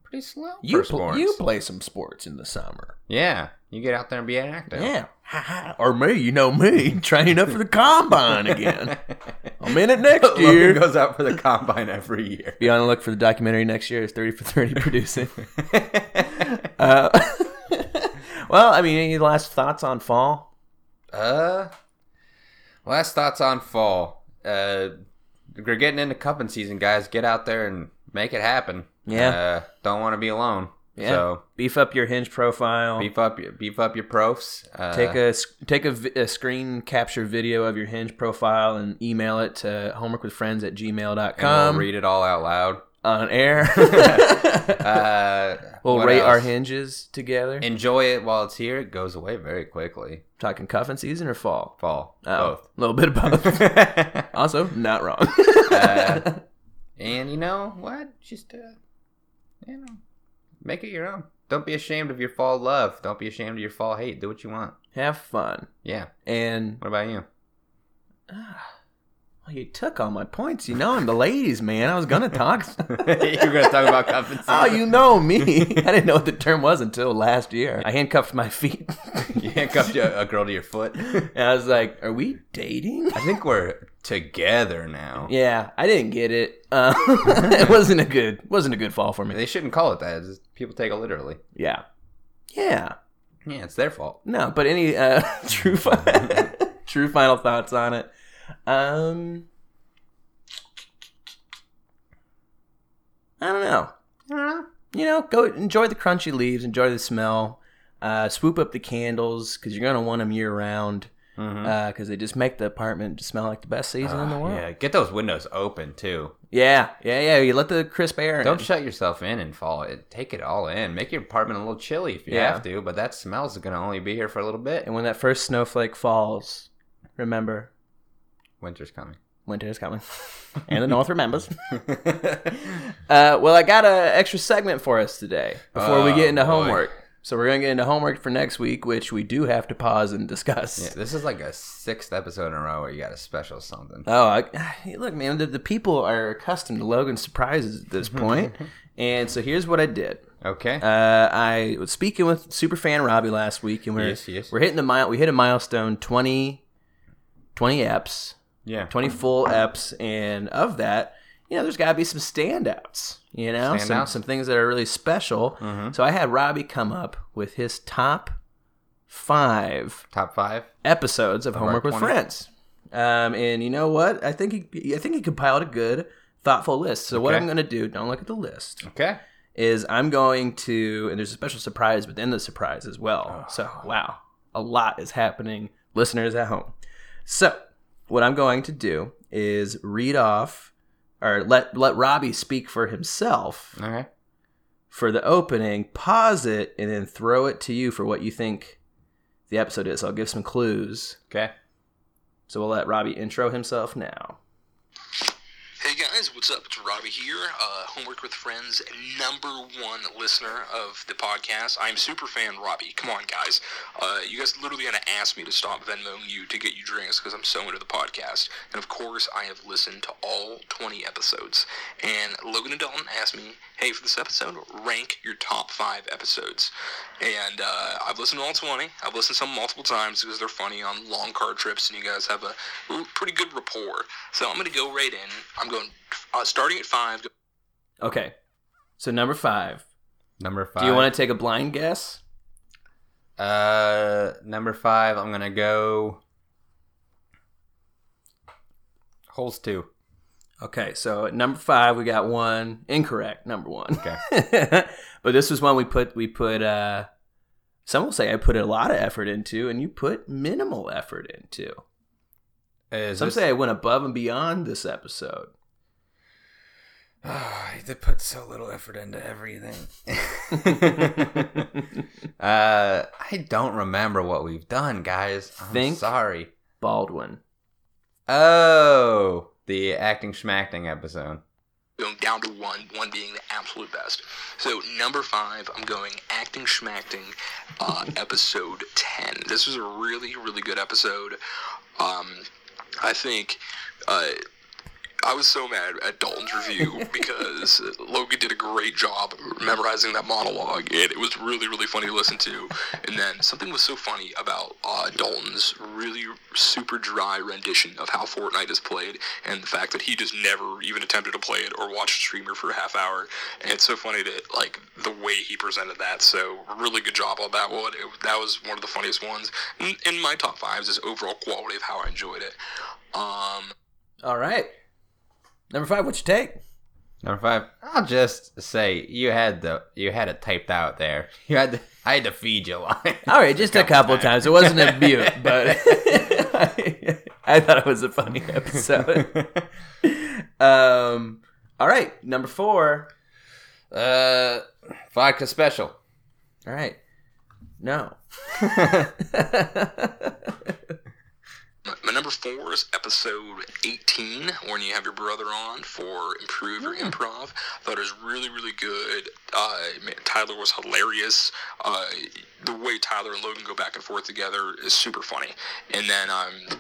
S2: pretty slow
S1: you
S2: for
S1: pl-
S2: sports.
S1: you play some sports in the summer.
S2: yeah. You get out there and be active.
S1: Yeah, or me, you know me, training up for the combine again. I'm in it next year.
S2: Logan goes out for the combine every year.
S1: Be on the look for the documentary next year. It's thirty for thirty producing. Uh, well, I mean, any last thoughts on fall?
S2: Uh, last thoughts on fall. Uh, we're getting into cupping season, guys. Get out there and make it happen.
S1: Yeah.
S2: Uh, don't want to be alone.
S1: Yeah.
S2: So
S1: Beef up your hinge profile.
S2: beef up your beef up your profs. Uh,
S1: Take a s- take a, vi- a screen capture video of your Hinge profile and email it to homeworkwithfriends at
S2: and
S1: gmail.com
S2: we'll read it all out loud.
S1: on air.
S2: Uh,
S1: we'll
S2: what
S1: rate our
S2: else?
S1: hinges together.
S2: Enjoy it while it's here. It goes away very quickly.
S1: Talking cuffing season or fall?
S2: Fall.
S1: Oh, a little bit of both.
S2: Both.
S1: also, not wrong.
S2: Uh, and you know what? Just uh, you know, make it your own. Don't be ashamed of your fall love. Don't be ashamed of your fall hate. Do what you want.
S1: Have fun.
S2: Yeah.
S1: And
S2: What about you?
S1: well, you took all my points. You know, I'm the ladies, man. I was gonna talk.
S2: You're gonna talk about cuffing season.
S1: oh, you know me. I didn't know what the term was until last year. I handcuffed my feet.
S2: you handcuffed your, a girl to your foot. I
S1: And I was like, "Are we dating?"
S2: think we're together now.
S1: Yeah, I didn't get it. Uh, it wasn't a good wasn't a good fall for me.
S2: They shouldn't call it that. It's just- people take it literally.
S1: Yeah, yeah.
S2: Yeah, it's their fault.
S1: No, but any uh, true fi- true final thoughts on it? Um, I don't know.
S2: I don't know.
S1: You know, go enjoy the crunchy leaves, enjoy the smell. Uh, swoop up the candles because you're gonna want them year round
S2: Mhm.
S1: because they just make the apartment smell like the best season Uh, in the
S2: Ah,
S1: world. Mm-hmm. Yeah.
S2: Yeah, get those windows open too.
S1: yeah, yeah, You let the crisp air. in.
S2: Don't shut yourself in and fall. It, take it all in. Make your apartment a little chilly if you
S1: Yeah.
S2: have to, but that smell's gonna only be here for a little bit.
S1: And when that first snowflake falls, remember
S2: Winter's coming.
S1: winter is coming. and the North remembers.
S2: Before
S1: Uh, well, I got an extra segment for us today before we get into homework. So we're going to get into homework for next week, which we do have to pause and discuss.
S2: Yeah, this is like a sixth episode in a row where you got a special something.
S1: Oh, I, hey, look, man, the, the people are accustomed to Logan's surprises at this point. and so here's what I did.
S2: Okay.
S1: Uh, I was speaking with superfan Robbie last week, and we're
S2: Yes, yes.
S1: we're hitting the mile. We hit a milestone 20, 20 eps.
S2: yeah.
S1: 20 full eps and of that you know there's got to be some standouts you know some,
S2: Standouts. Mm-hmm.
S1: some things that are really special so i had robbie come up with his top five
S2: Top five.
S1: episodes of
S2: our
S1: homework with
S2: 20.
S1: friends um, and you know what i think he i think he compiled a good thoughtful list so what
S2: Okay.
S1: i'm going to do don't look at the list
S2: Okay.
S1: is i'm going to and there's a special surprise within the surprise as well so wow a lot is happening listeners at home so, what I'm going to do is read off or let let Robbie speak for himself
S2: All right.
S1: for the opening, pause it and then throw it to you for what you think the episode is. I'll give some clues.
S2: Okay.
S1: So, we'll let Robbie intro himself now.
S3: Hey guys, what's up? It's Robbie here, uh, Homework with Friends, number one listener of the podcast. I'm super fan Robbie. Come on, guys. Uh, you guys literally gonna ask me to stop Venmoing you to get you drinks because I'm so into the podcast. And of course, I have listened to all 20 episodes. And Logan and Dalton asked me, hey, for this episode, rank your top five episodes. And uh, I've listened to all 20. I've listened to some multiple times because they're funny on long car trips, and you guys have a pretty good rapport. So I'm going to go right in. I'm going uh, starting at five.
S1: Okay. So, number 5.
S2: Number five.
S1: Do you want to take a blind guess?
S2: to? Uh, number five. I'm gonna go. Holes two.
S1: Okay, so at number five we got one incorrect number one.
S2: Okay.
S1: but this was one we put we put uh some will say I put a lot of effort into and you put minimal effort into.
S2: Is
S1: Some
S2: this-
S1: say I went above and beyond this episode.
S2: Oh, they put so little effort into everything. uh, I don't remember what we've done, guys. I'm
S1: Think-
S2: sorry.
S1: Baldwin.
S2: Oh, the acting schmacting episode.
S3: going um, down to one, one being the absolute best. So number five, I'm going acting schmacting, uh, episode ten. This was a really really good episode. Um, I think. Uh, I was so mad at Dalton's review because Logan did a great job memorizing that monologue, and it was really, really funny to listen to. And then something was so funny about uh, Dalton's really super dry rendition of how Fortnite is played, and the fact that he just never even attempted to play it or watch a streamer for a half hour. And it's so funny that like the way he presented that. So really good job on that one. It, that was one of the funniest ones. In, in my top fives is overall quality of how I enjoyed it. Um,
S1: All right.
S4: Number five, what you take?
S2: Number five, I'll just say you had the you had it typed out there. You had to, I had to feed you line.
S1: All right, just a couple times. It wasn't a mute, but I, thought it was a funny episode. Um, all right, number four.
S2: uh, vodka special.
S1: All right, no.
S3: My, my number four is episode 18, when you have your brother on for Improve Your Improv. Thought it was really, really good. Uh, man, Tyler was hilarious. Uh, the way Tyler and Logan go back and forth together is super funny. And then, um,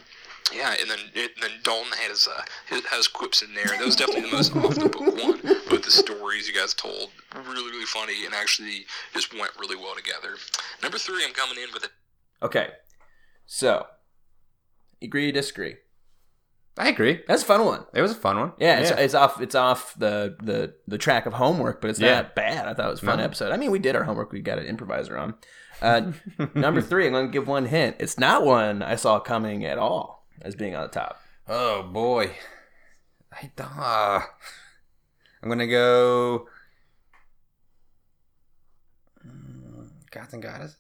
S3: yeah, and then and then Dalton had his, uh, his has quips in there. That was definitely the most off the book one, but the stories you guys told really, really funny and actually just went really well together. Number three, I'm coming in with a
S1: Okay, so agree, disagree.
S2: I agree.
S1: That's a fun one.
S2: It was a fun one.
S1: Yeah, it's, it's off. It's off the, the the track of homework, but it's not
S2: Yeah.
S1: bad. I thought it was a fun
S2: No.
S1: episode. I mean, we did our homework. We got an improviser on. Uh, number three, I'm going to give one hint. It's not one I saw coming at all as being on the top.
S2: Oh boy. I don't- uh, I'm gonna go. Mm, Gods and goddesses.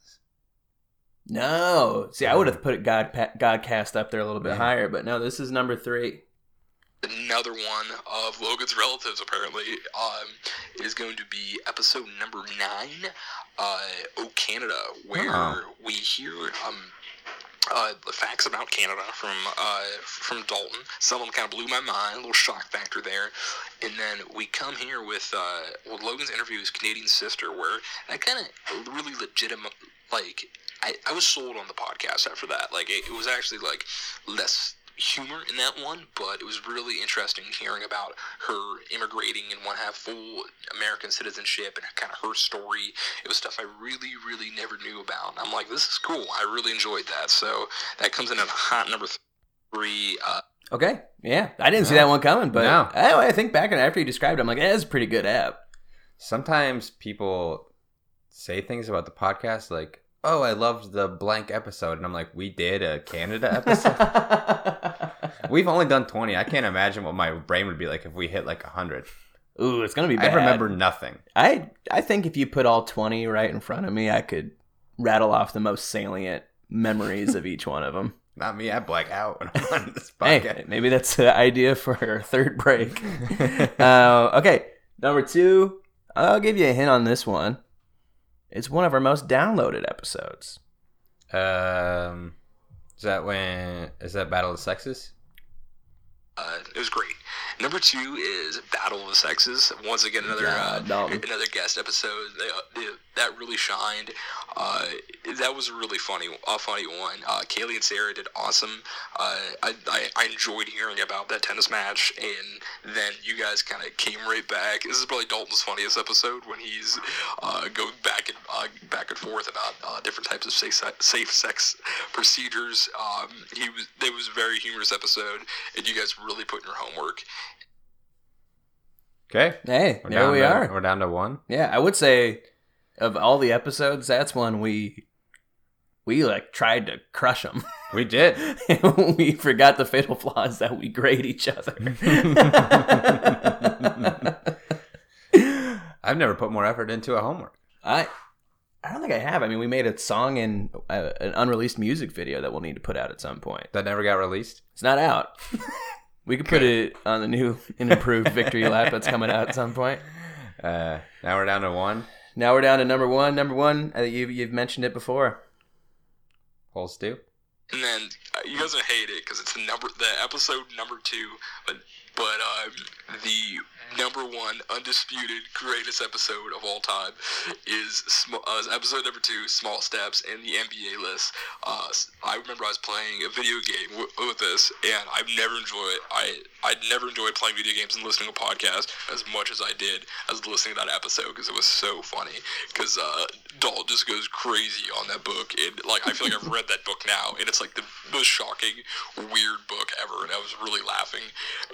S1: No, see, I would have put God pa- Godcast up there a little bit
S2: Yeah.
S1: higher, but no, this is number three.
S3: another one of Logan's relatives apparently um, is going to be episode number nine, uh, "Oh Canada," where
S2: Oh.
S3: we hear um, uh, the facts about Canada from uh, from Dalton. Some of them kind of blew my mind, a little shock factor there. And then we come here with uh, well, Logan's interview with his Canadian sister, where that kind of really legitimate like. I, I was sold on the podcast after that. Like it, it was actually like less humor in that one, but it was really interesting hearing about her immigrating and want to have full American citizenship and kind of her story. It was stuff I really, really never knew about. And I'm like, this is cool. I really enjoyed that. So that comes in at a hot number three. Uh,
S1: Okay, yeah, I didn't see that one coming, but
S2: No.
S1: oh, I think back and after you described, it, I'm like, eh, that's a pretty good app.
S2: Sometimes people say things about the podcast like, "Oh, I loved the blank episode," and I'm like, "We did a Canada episode." We've only done 20. I can't imagine what my brain would be like if we hit like 100.
S1: Ooh, it's gonna be.
S2: I
S1: Bad.
S2: remember nothing.
S1: I I think if you put all twenty right in front of me, I could rattle off the most salient memories of each one of them.
S2: Not me. I black out when I'm on this
S1: Hey,
S2: podcast.
S1: maybe that's the idea for our third break. uh, okay, number two. I'll give you a hint on this one. It's one of our most downloaded episodes.
S2: Um, is that when? Is that Battle of the Sexes?
S3: uh, it was great. Number two is Battle of the Sexes. Once again, another
S1: Yeah,
S3: uh,
S1: Dalton.
S3: another guest episode They- they- that really shined. Uh, that was a really funny, a funny one. Uh, Kaylee and Sarah did awesome. Uh, I, I I enjoyed hearing about that tennis match, and then you guys kind of came right back. This is probably Dalton's funniest episode when he's uh, going back and uh, back and forth about uh, different types of safe, se- safe sex procedures. Um, he was it was a very humorous episode, and you guys really put in your homework.
S2: Okay.
S1: Hey,
S2: We're
S1: there
S2: down
S1: we
S2: to-
S1: are.
S2: We're down to one.
S1: Yeah, I would say of all the episodes, that's one we we like tried to crush them.
S2: We did.
S1: we forgot the fatal flaws that we grade each other.
S2: I've never put more effort into a homework.
S1: I I don't think I have. I mean, we made a song and uh, an unreleased music video that we'll need to put out at some point.
S2: That never got released.
S1: It's not out. We could put it on the new and improved victory lap that's coming out at some point.
S2: Uh, now we're down to one.
S1: Now we're down to number one. Number one, uh, you've you've mentioned it before.
S2: Whole stew.
S3: And then uh, you guys will hate it because it's the number, the episode number two, but but um, the number one undisputed greatest episode of all time is sm- uh, is episode number two, small steps in the NBA list. Uh, s- I remember I was playing a video game w- with this, and I've never enjoyed I I never enjoyed playing video games and listening to podcasts as much as I did as listening to that episode because it was so funny. Because uh, Dalton just goes crazy on that book, and like I feel like I've read that book now, and it's like the most most shocking, weird book ever, and I was really laughing.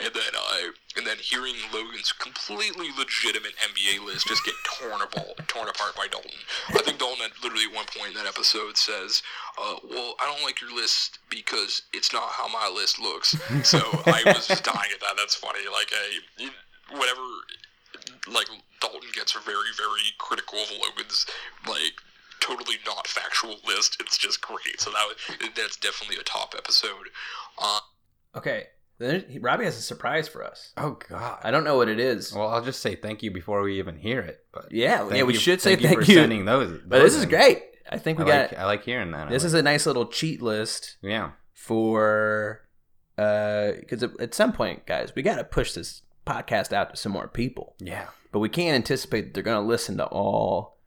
S3: And then, uh, and then hearing Logan's completely legitimate NBA list just get torn apart, torn apart by Dalton. I think Dalton at literally one point in that episode says, uh, "Well, I don't like your list because it's not how my list looks." So I was just dying at that. That's funny. Like, hey, whatever. Like Dalton gets very, very critical of Logan's like totally not factual list. It's just great. So that was, that's definitely a top episode. Uh,
S1: Okay. Then he- Robbie has a surprise for us.
S2: Oh God.
S1: I don't know what it is.
S2: Well, I'll just say thank you before we even hear it. But
S1: yeah,
S2: thank
S1: yeah, we
S2: you-
S1: should say thank
S2: for
S1: you.
S2: sending those.
S1: but this
S2: those
S1: is
S2: in.
S1: great. I think
S2: I
S1: we
S2: like,
S1: got
S2: I like hearing that. I
S1: this
S2: like-
S1: is a nice little cheat list
S2: yeah.
S1: for uh because at at some point, guys, we got to push this podcast out to some more people.
S2: Yeah.
S1: but we can't anticipate that they're going to listen to all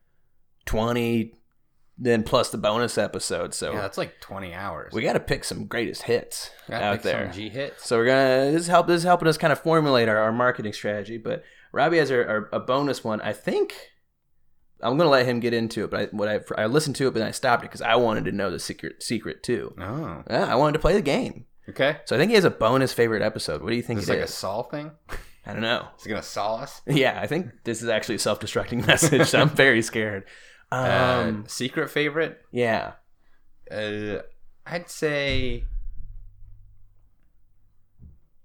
S1: 20 then plus the bonus episode so
S2: Yeah, that's like 20 hours.
S1: we got to pick some greatest hits
S2: Gotta
S1: out
S2: pick some
S1: there
S2: G hits.
S1: so we're gonna this is help this is helping us kind of formulate our, our marketing strategy but robbie has our, our, a bonus one i think i'm gonna let him get into it but i what i, I listened to it but then i stopped it because i wanted to know the secret secret too
S2: Oh.
S1: yeah, i wanted to play the game
S2: Okay.
S1: so i think he has a bonus favorite episode what do you think
S2: Is
S1: it
S2: this like a
S1: is?
S2: saw thing?
S1: i don't know
S2: Is it gonna saw us?
S1: yeah, I think this is actually a self-destructing message. so I'm very scared. Um,
S2: uh, secret favorite?
S1: yeah,
S2: Uh, I'd say.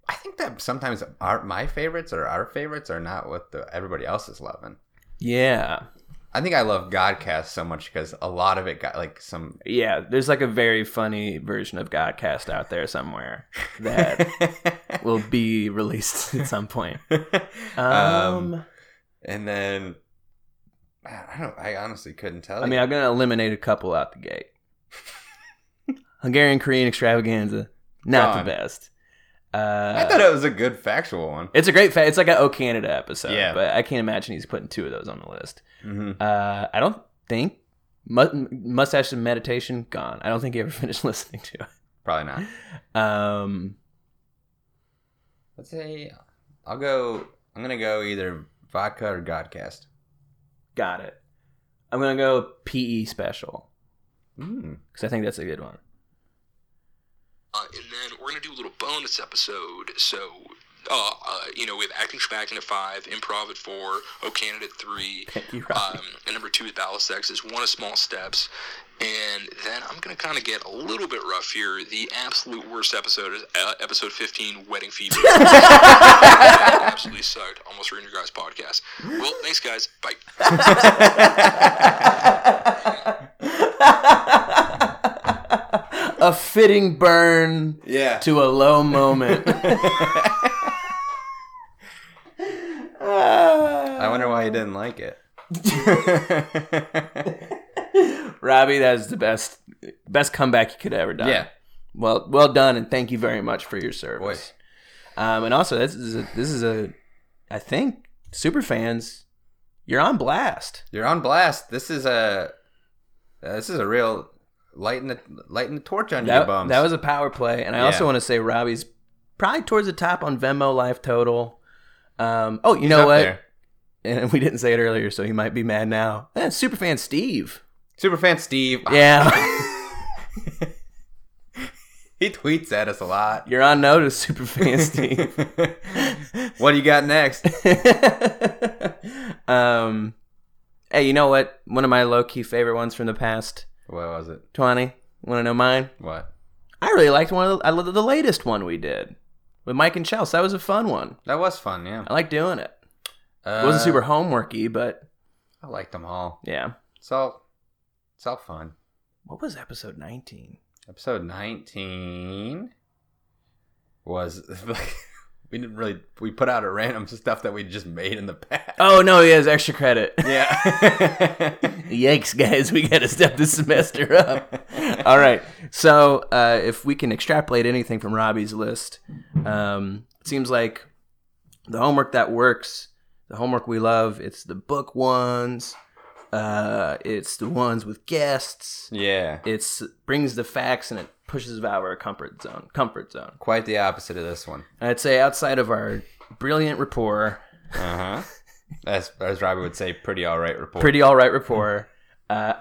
S2: I think that sometimes our my favorites or our favorites are not what the, everybody else is loving.
S1: yeah,
S2: I think I love Godcast so much because a lot of it got like some.
S1: yeah. There's like a very funny version of Godcast out there somewhere that will be released at some point. Um,
S2: Um, and then man, I don't. I honestly couldn't tell.
S1: I
S2: you.
S1: mean, I'm gonna eliminate a couple out the gate. Hungarian Korean Extravaganza, not
S2: Gone.
S1: the best. Uh,
S2: I thought it was a good factual one.
S1: it's a great. Fa- it's like an O Canada episode.
S2: Yeah.
S1: but I can't imagine he's putting two of those on the list.
S2: Mm-hmm.
S1: Uh, I don't think mu- mustache and meditation gone. I don't think you ever finished listening to
S2: Probably not.
S1: it. Um,
S2: Let's say I'll go. I'm gonna go either vodka or Godcast.
S1: got it. I'm gonna go PE special
S2: Mm.
S1: because I think that's a good one.
S3: Uh, and then we're gonna do a little bonus episode. So, uh, uh, you know, we have acting Schmack at five, improv at four, O Canada at three,
S1: Thank you, Rob.
S3: um, and number two at Thalasex is one of small steps. And then I'm gonna kind of get a little bit rough here. The absolute worst episode is uh, episode 15, Wedding Fever. absolutely sucked. Almost ruined your guys' podcast. Well, thanks, guys. Bye.
S1: a fitting burn
S2: Yeah.
S1: to a low moment.
S2: I wonder why you didn't like it.
S1: Robbie, that is the best best comeback you could ever done.
S2: yeah.
S1: Well, well done, and thank you very much for your
S2: Boy.
S1: service. Um, and also, this is a, this is a, I think super fans, you're on blast.
S2: You're on blast. This is a. uh, this is a real lighting the lighting the torch on your
S1: That,
S2: bums.
S1: that was a power play, and I also
S2: Yeah.
S1: want to say Robbie's probably towards the top on Venmo life total. Um, oh, you
S2: He's
S1: know
S2: up
S1: what?
S2: there.
S1: And we didn't say it earlier, so he might be mad now. Eh, Superfan Steve.
S2: Superfan Steve.
S1: Yeah,
S2: He tweets at us a lot.
S1: you're on notice, Superfan Steve.
S2: what do you got next?
S1: um, hey, you know what? One of my low key favorite ones from the past
S2: What was it?
S1: twenty. Want to know mine?
S2: What?
S1: I really liked one of the, I loved the latest one we did with Mike and Chels. That was a fun one.
S2: That was fun. Yeah.
S1: I like doing it.
S2: Uh,
S1: It wasn't super homeworky, but
S2: I liked them all.
S1: yeah.
S2: It's all. It's all fun.
S1: What was episode nineteen?
S2: Episode 19 was we didn't really we put out a random stuff that we just made in the past.
S1: Oh no, he has extra credit.
S2: Yeah.
S1: Yikes, guys, we got to step this semester up. All right. So, uh, if we can extrapolate anything from Robbie's list, um, it seems like the homework that works, the homework we love, it's the book ones, uh, it's the ones with guests.
S2: yeah.
S1: It's brings the facts and it pushes us out of our comfort zone. Comfort zone.
S2: Quite the opposite of this one.
S1: And I'd say outside of our brilliant rapport,
S2: Uh-huh. As as Robbie would say, pretty all right report.
S1: pretty all right rapport. Uh,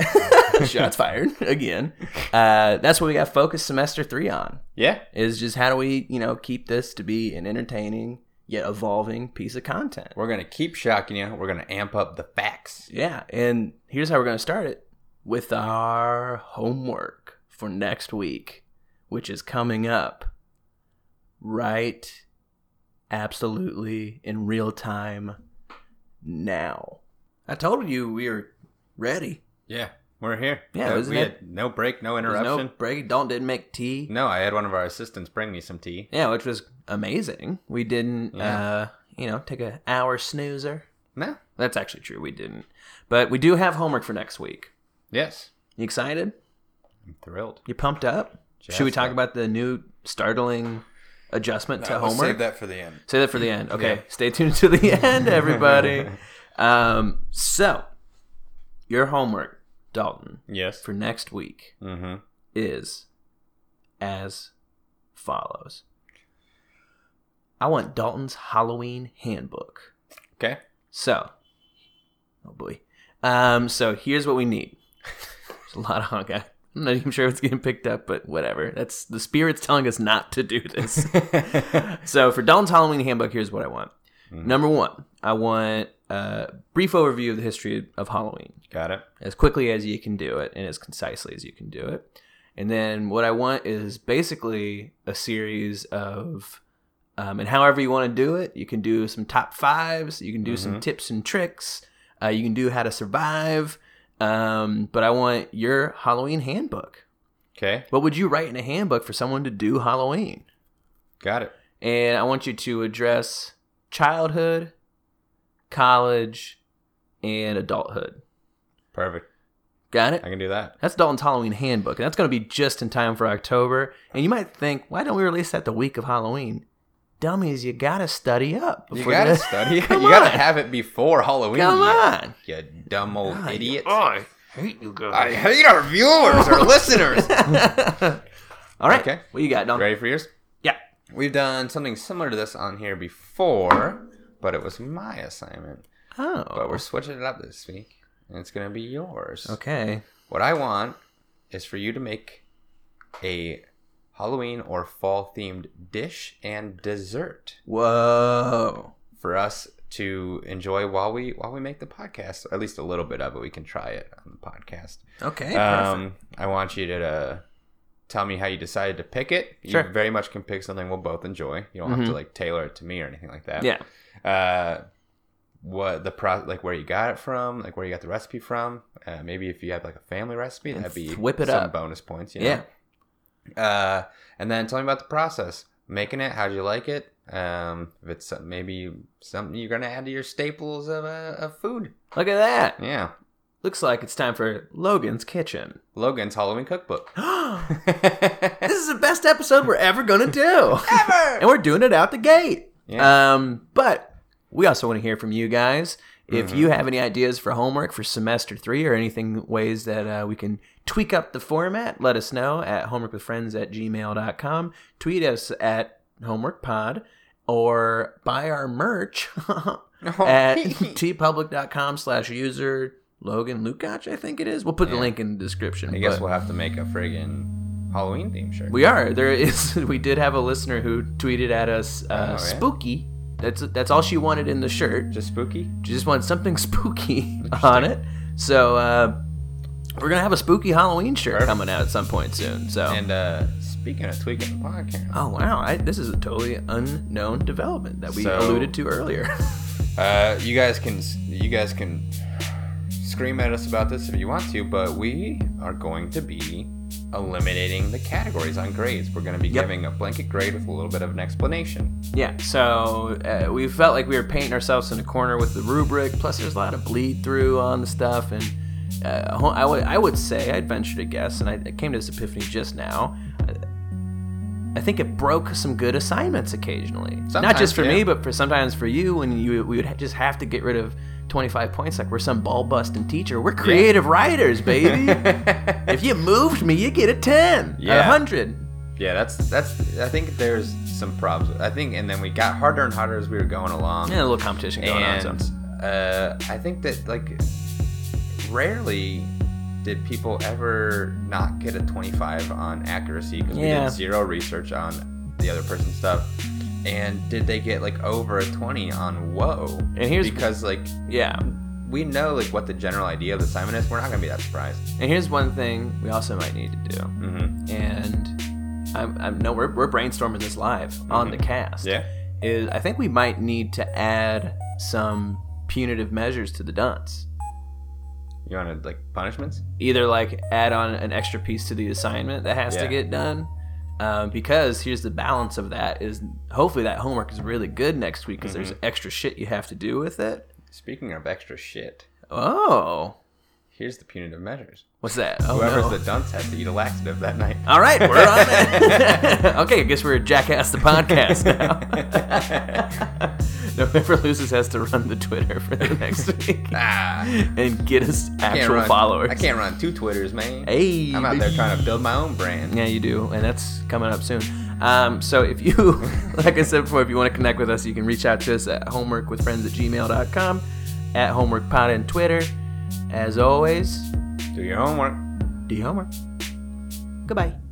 S1: shots fired again. Uh, that's what we got focused semester three on
S2: Yeah.
S1: is just how do we, you know, keep this to be an entertaining yet evolving piece of content.
S2: We're going to keep shocking you. We're going to amp up the facts.
S1: Yeah, and here's how we're going to start it with our homework for next week, which is coming up right absolutely in real time now. I told you we were ready.
S2: Yeah. We're here.
S1: Yeah,
S2: Uh,
S1: wasn't
S2: we
S1: it-
S2: had no break, no
S1: There's
S2: interruption.
S1: No break. Don't didn't make tea.
S2: No, I had one of our assistants bring me some tea.
S1: Yeah, which was amazing. We didn't uh, you know, take an hour snoozer.
S2: No.
S1: That's actually true. We didn't. But we do have homework for next week.
S2: Yes.
S1: You excited?
S2: I'm thrilled.
S1: You pumped up? Should we
S2: Jazzed
S1: talk
S2: up.
S1: about the new startling adjustment to homework?
S2: that for the end.
S1: Say that for the end. Okay. Stay tuned to the end, everybody. um, so, your homework, Dalton,
S2: Yes.
S1: for next week
S2: mm-hmm.
S1: is as follows I want Dalton's Halloween handbook.
S2: Okay.
S1: So, oh boy. Um, so here's what we need. There's a lot of hunk. I- I'm not even sure if it's getting picked up, but whatever. That's the spirit's telling us not to do this. so for Dalton's Halloween handbook, here's what I want. Number one, I want a brief overview of the history of Halloween
S2: Got it.
S1: as quickly as you can do it and as concisely as you can do it. And then what I want is basically a series of, um, and however you want to do it, you can do some top fives, you can do some tips and tricks, uh, you can do how to survive. Um, but I want your Halloween handbook.
S2: Okay.
S1: What would you write in a handbook for someone to do Halloween?
S2: Got it.
S1: And I want you to address childhood, college, and adulthood.
S2: Perfect.
S1: Got it?
S2: I can do that.
S1: That's Dalton's Halloween handbook, and that's going to be just in time for October. And you might think, why don't we release that the week of Halloween? Dummies, you gotta study up.
S2: You
S1: before
S2: gotta
S1: this-
S2: study. you
S1: Come
S2: gotta
S1: on.
S2: have it before Halloween.
S1: Come
S2: you-
S1: on.
S2: You dumb old
S1: God,
S2: idiot.
S4: I hate you guys.
S2: I hate our viewers, our listeners.
S1: All right.
S2: Okay.
S1: What you got, Dalton?
S2: Ready for yours?
S1: Yeah.
S2: We've done something similar to this on here before, but it was my assignment.
S1: Oh.
S2: But we're switching it up this week, and it's gonna be yours.
S1: okay.
S2: What I want is for you to make a Halloween or fall themed dish and dessert
S1: Whoa.
S2: for us to enjoy while we while we make the podcast. At least a little bit of it. We can try it on the podcast.
S1: Okay.
S2: Um, I want you to uh, tell me how you decided to pick it. You
S1: Sure. Mm-hmm.
S2: very much can pick something we'll both enjoy. You don't have to like tailor it to me or anything like that.
S1: yeah.
S2: Uh, what the pro like where you got it from, like where you got the recipe from. Uh, maybe if you have like a family recipe, that'd be
S1: whip it
S2: some
S1: up.
S2: bonus points. You know?
S1: Yeah.
S2: Uh, and then tell me about the process making it. How'd you like it? Um, if it's some- maybe something you're gonna add to your staples of uh, of food.
S1: Look at that.
S2: Yeah,
S1: Looks like it's time for Logan's Kitchen.
S2: Logan's Halloween cookbook.
S1: this is the best episode we're ever gonna do.
S2: Ever.
S1: and we're doing it out the gate.
S2: Yeah.
S1: Um, but we also want to hear from you guys. If
S2: Mm-hmm.
S1: you have any ideas for homework for semester three or anything, ways that uh, we can tweak up the format, let us know at homeworkwithfriends at gmail.com. Tweet us at homeworkpod or buy our merch at tpublic.com slash user Logan Lukach, I think it is. We'll put the link in the description.
S2: I guess
S1: but-
S2: we'll have to make a friggin' Halloween theme shirt.
S1: we are. There is. We did have a listener who tweeted at us, uh,
S2: Oh, yeah?
S1: "Spooky." That's that's all she wanted in the shirt.
S2: Just spooky.
S1: She just wanted something spooky on it. So uh, we're gonna have a spooky Halloween shirt coming out at some point soon. So.
S2: And uh, speaking of tweaking the podcast,
S1: Oh wow! I, this is a totally unknown development that we
S2: So-
S1: alluded to earlier.
S2: uh, you guys can you guys can scream at us about this if you want to, but we are going to be eliminating the categories on grades. We're going to be
S1: Yep.
S2: giving a blanket grade with a little bit of an explanation.
S1: yeah, so uh, we felt like we were painting ourselves in a corner with the rubric. Plus, there's a lot of bleed through on the stuff, and uh, ho- I would I would say I'd venture to guess, and I, I came to this epiphany just now. uh, I think it broke some good assignments occasionally. Not
S2: Sometimes,
S1: just for me,
S2: yeah.
S1: but for sometimes for you when you we would ha- just have to get rid of 25 points like we're some ball busting teacher. We're creative writers, baby. if you moved me, you get a 10, a
S2: Yeah.
S1: 100.
S2: Yeah, that's that's. I think there's some problems. I think, and then we got harder and harder as we were going along.
S1: Yeah, a little competition going on.
S2: and
S1: So.
S2: uh, I think that like rarely did people ever not get a 25 on accuracy because we
S1: Yeah.
S2: did zero research on the other person's stuff? And did they get like over a 20 on whoa?
S1: And here's-
S2: because like
S1: Yeah.
S2: we know like what the general idea of the Simon is. We're not gonna be that surprised.
S1: And here's one thing we also might need to do.
S2: Mm-hmm.
S1: And I'm, I'm no, we're, we're brainstorming this live on the cast.
S2: Mm-hmm. Yeah.
S1: Is I think we might need to add some punitive measures to the dunce.
S2: You wanted like punishments?
S1: Either like add on an extra piece to the assignment that has to
S2: Yeah.
S1: get done. Um, because here's the balance of that is hopefully that homework is really good next week because
S2: Mm-hmm.
S1: there's extra shit you have to do with it.
S2: Speaking of extra shit,
S1: Oh,
S2: here's the punitive measures.
S1: what's that? Oh,
S2: Whoever's
S1: no.
S2: the dunce has to eat a laxative that night.
S1: All right, we're on it. okay, I guess we're Jackass the podcast now. no, whoever loses has to run the Twitter for the next week
S2: ah,
S1: and get us
S2: I can't
S1: actual
S2: run,
S1: followers.
S2: I can't run two Twitters, man.
S1: Hey,
S2: I'm out there
S1: baby.
S2: trying to build my own brand.
S1: Yeah, you do, and that's coming up soon. Um, so if you, like I said before, if you want to connect with us, you can reach out to us at homeworkwithfriends at gmail.com, at homeworkpod and Twitter. As always,
S2: Do your homework.
S1: do your homework. Goodbye.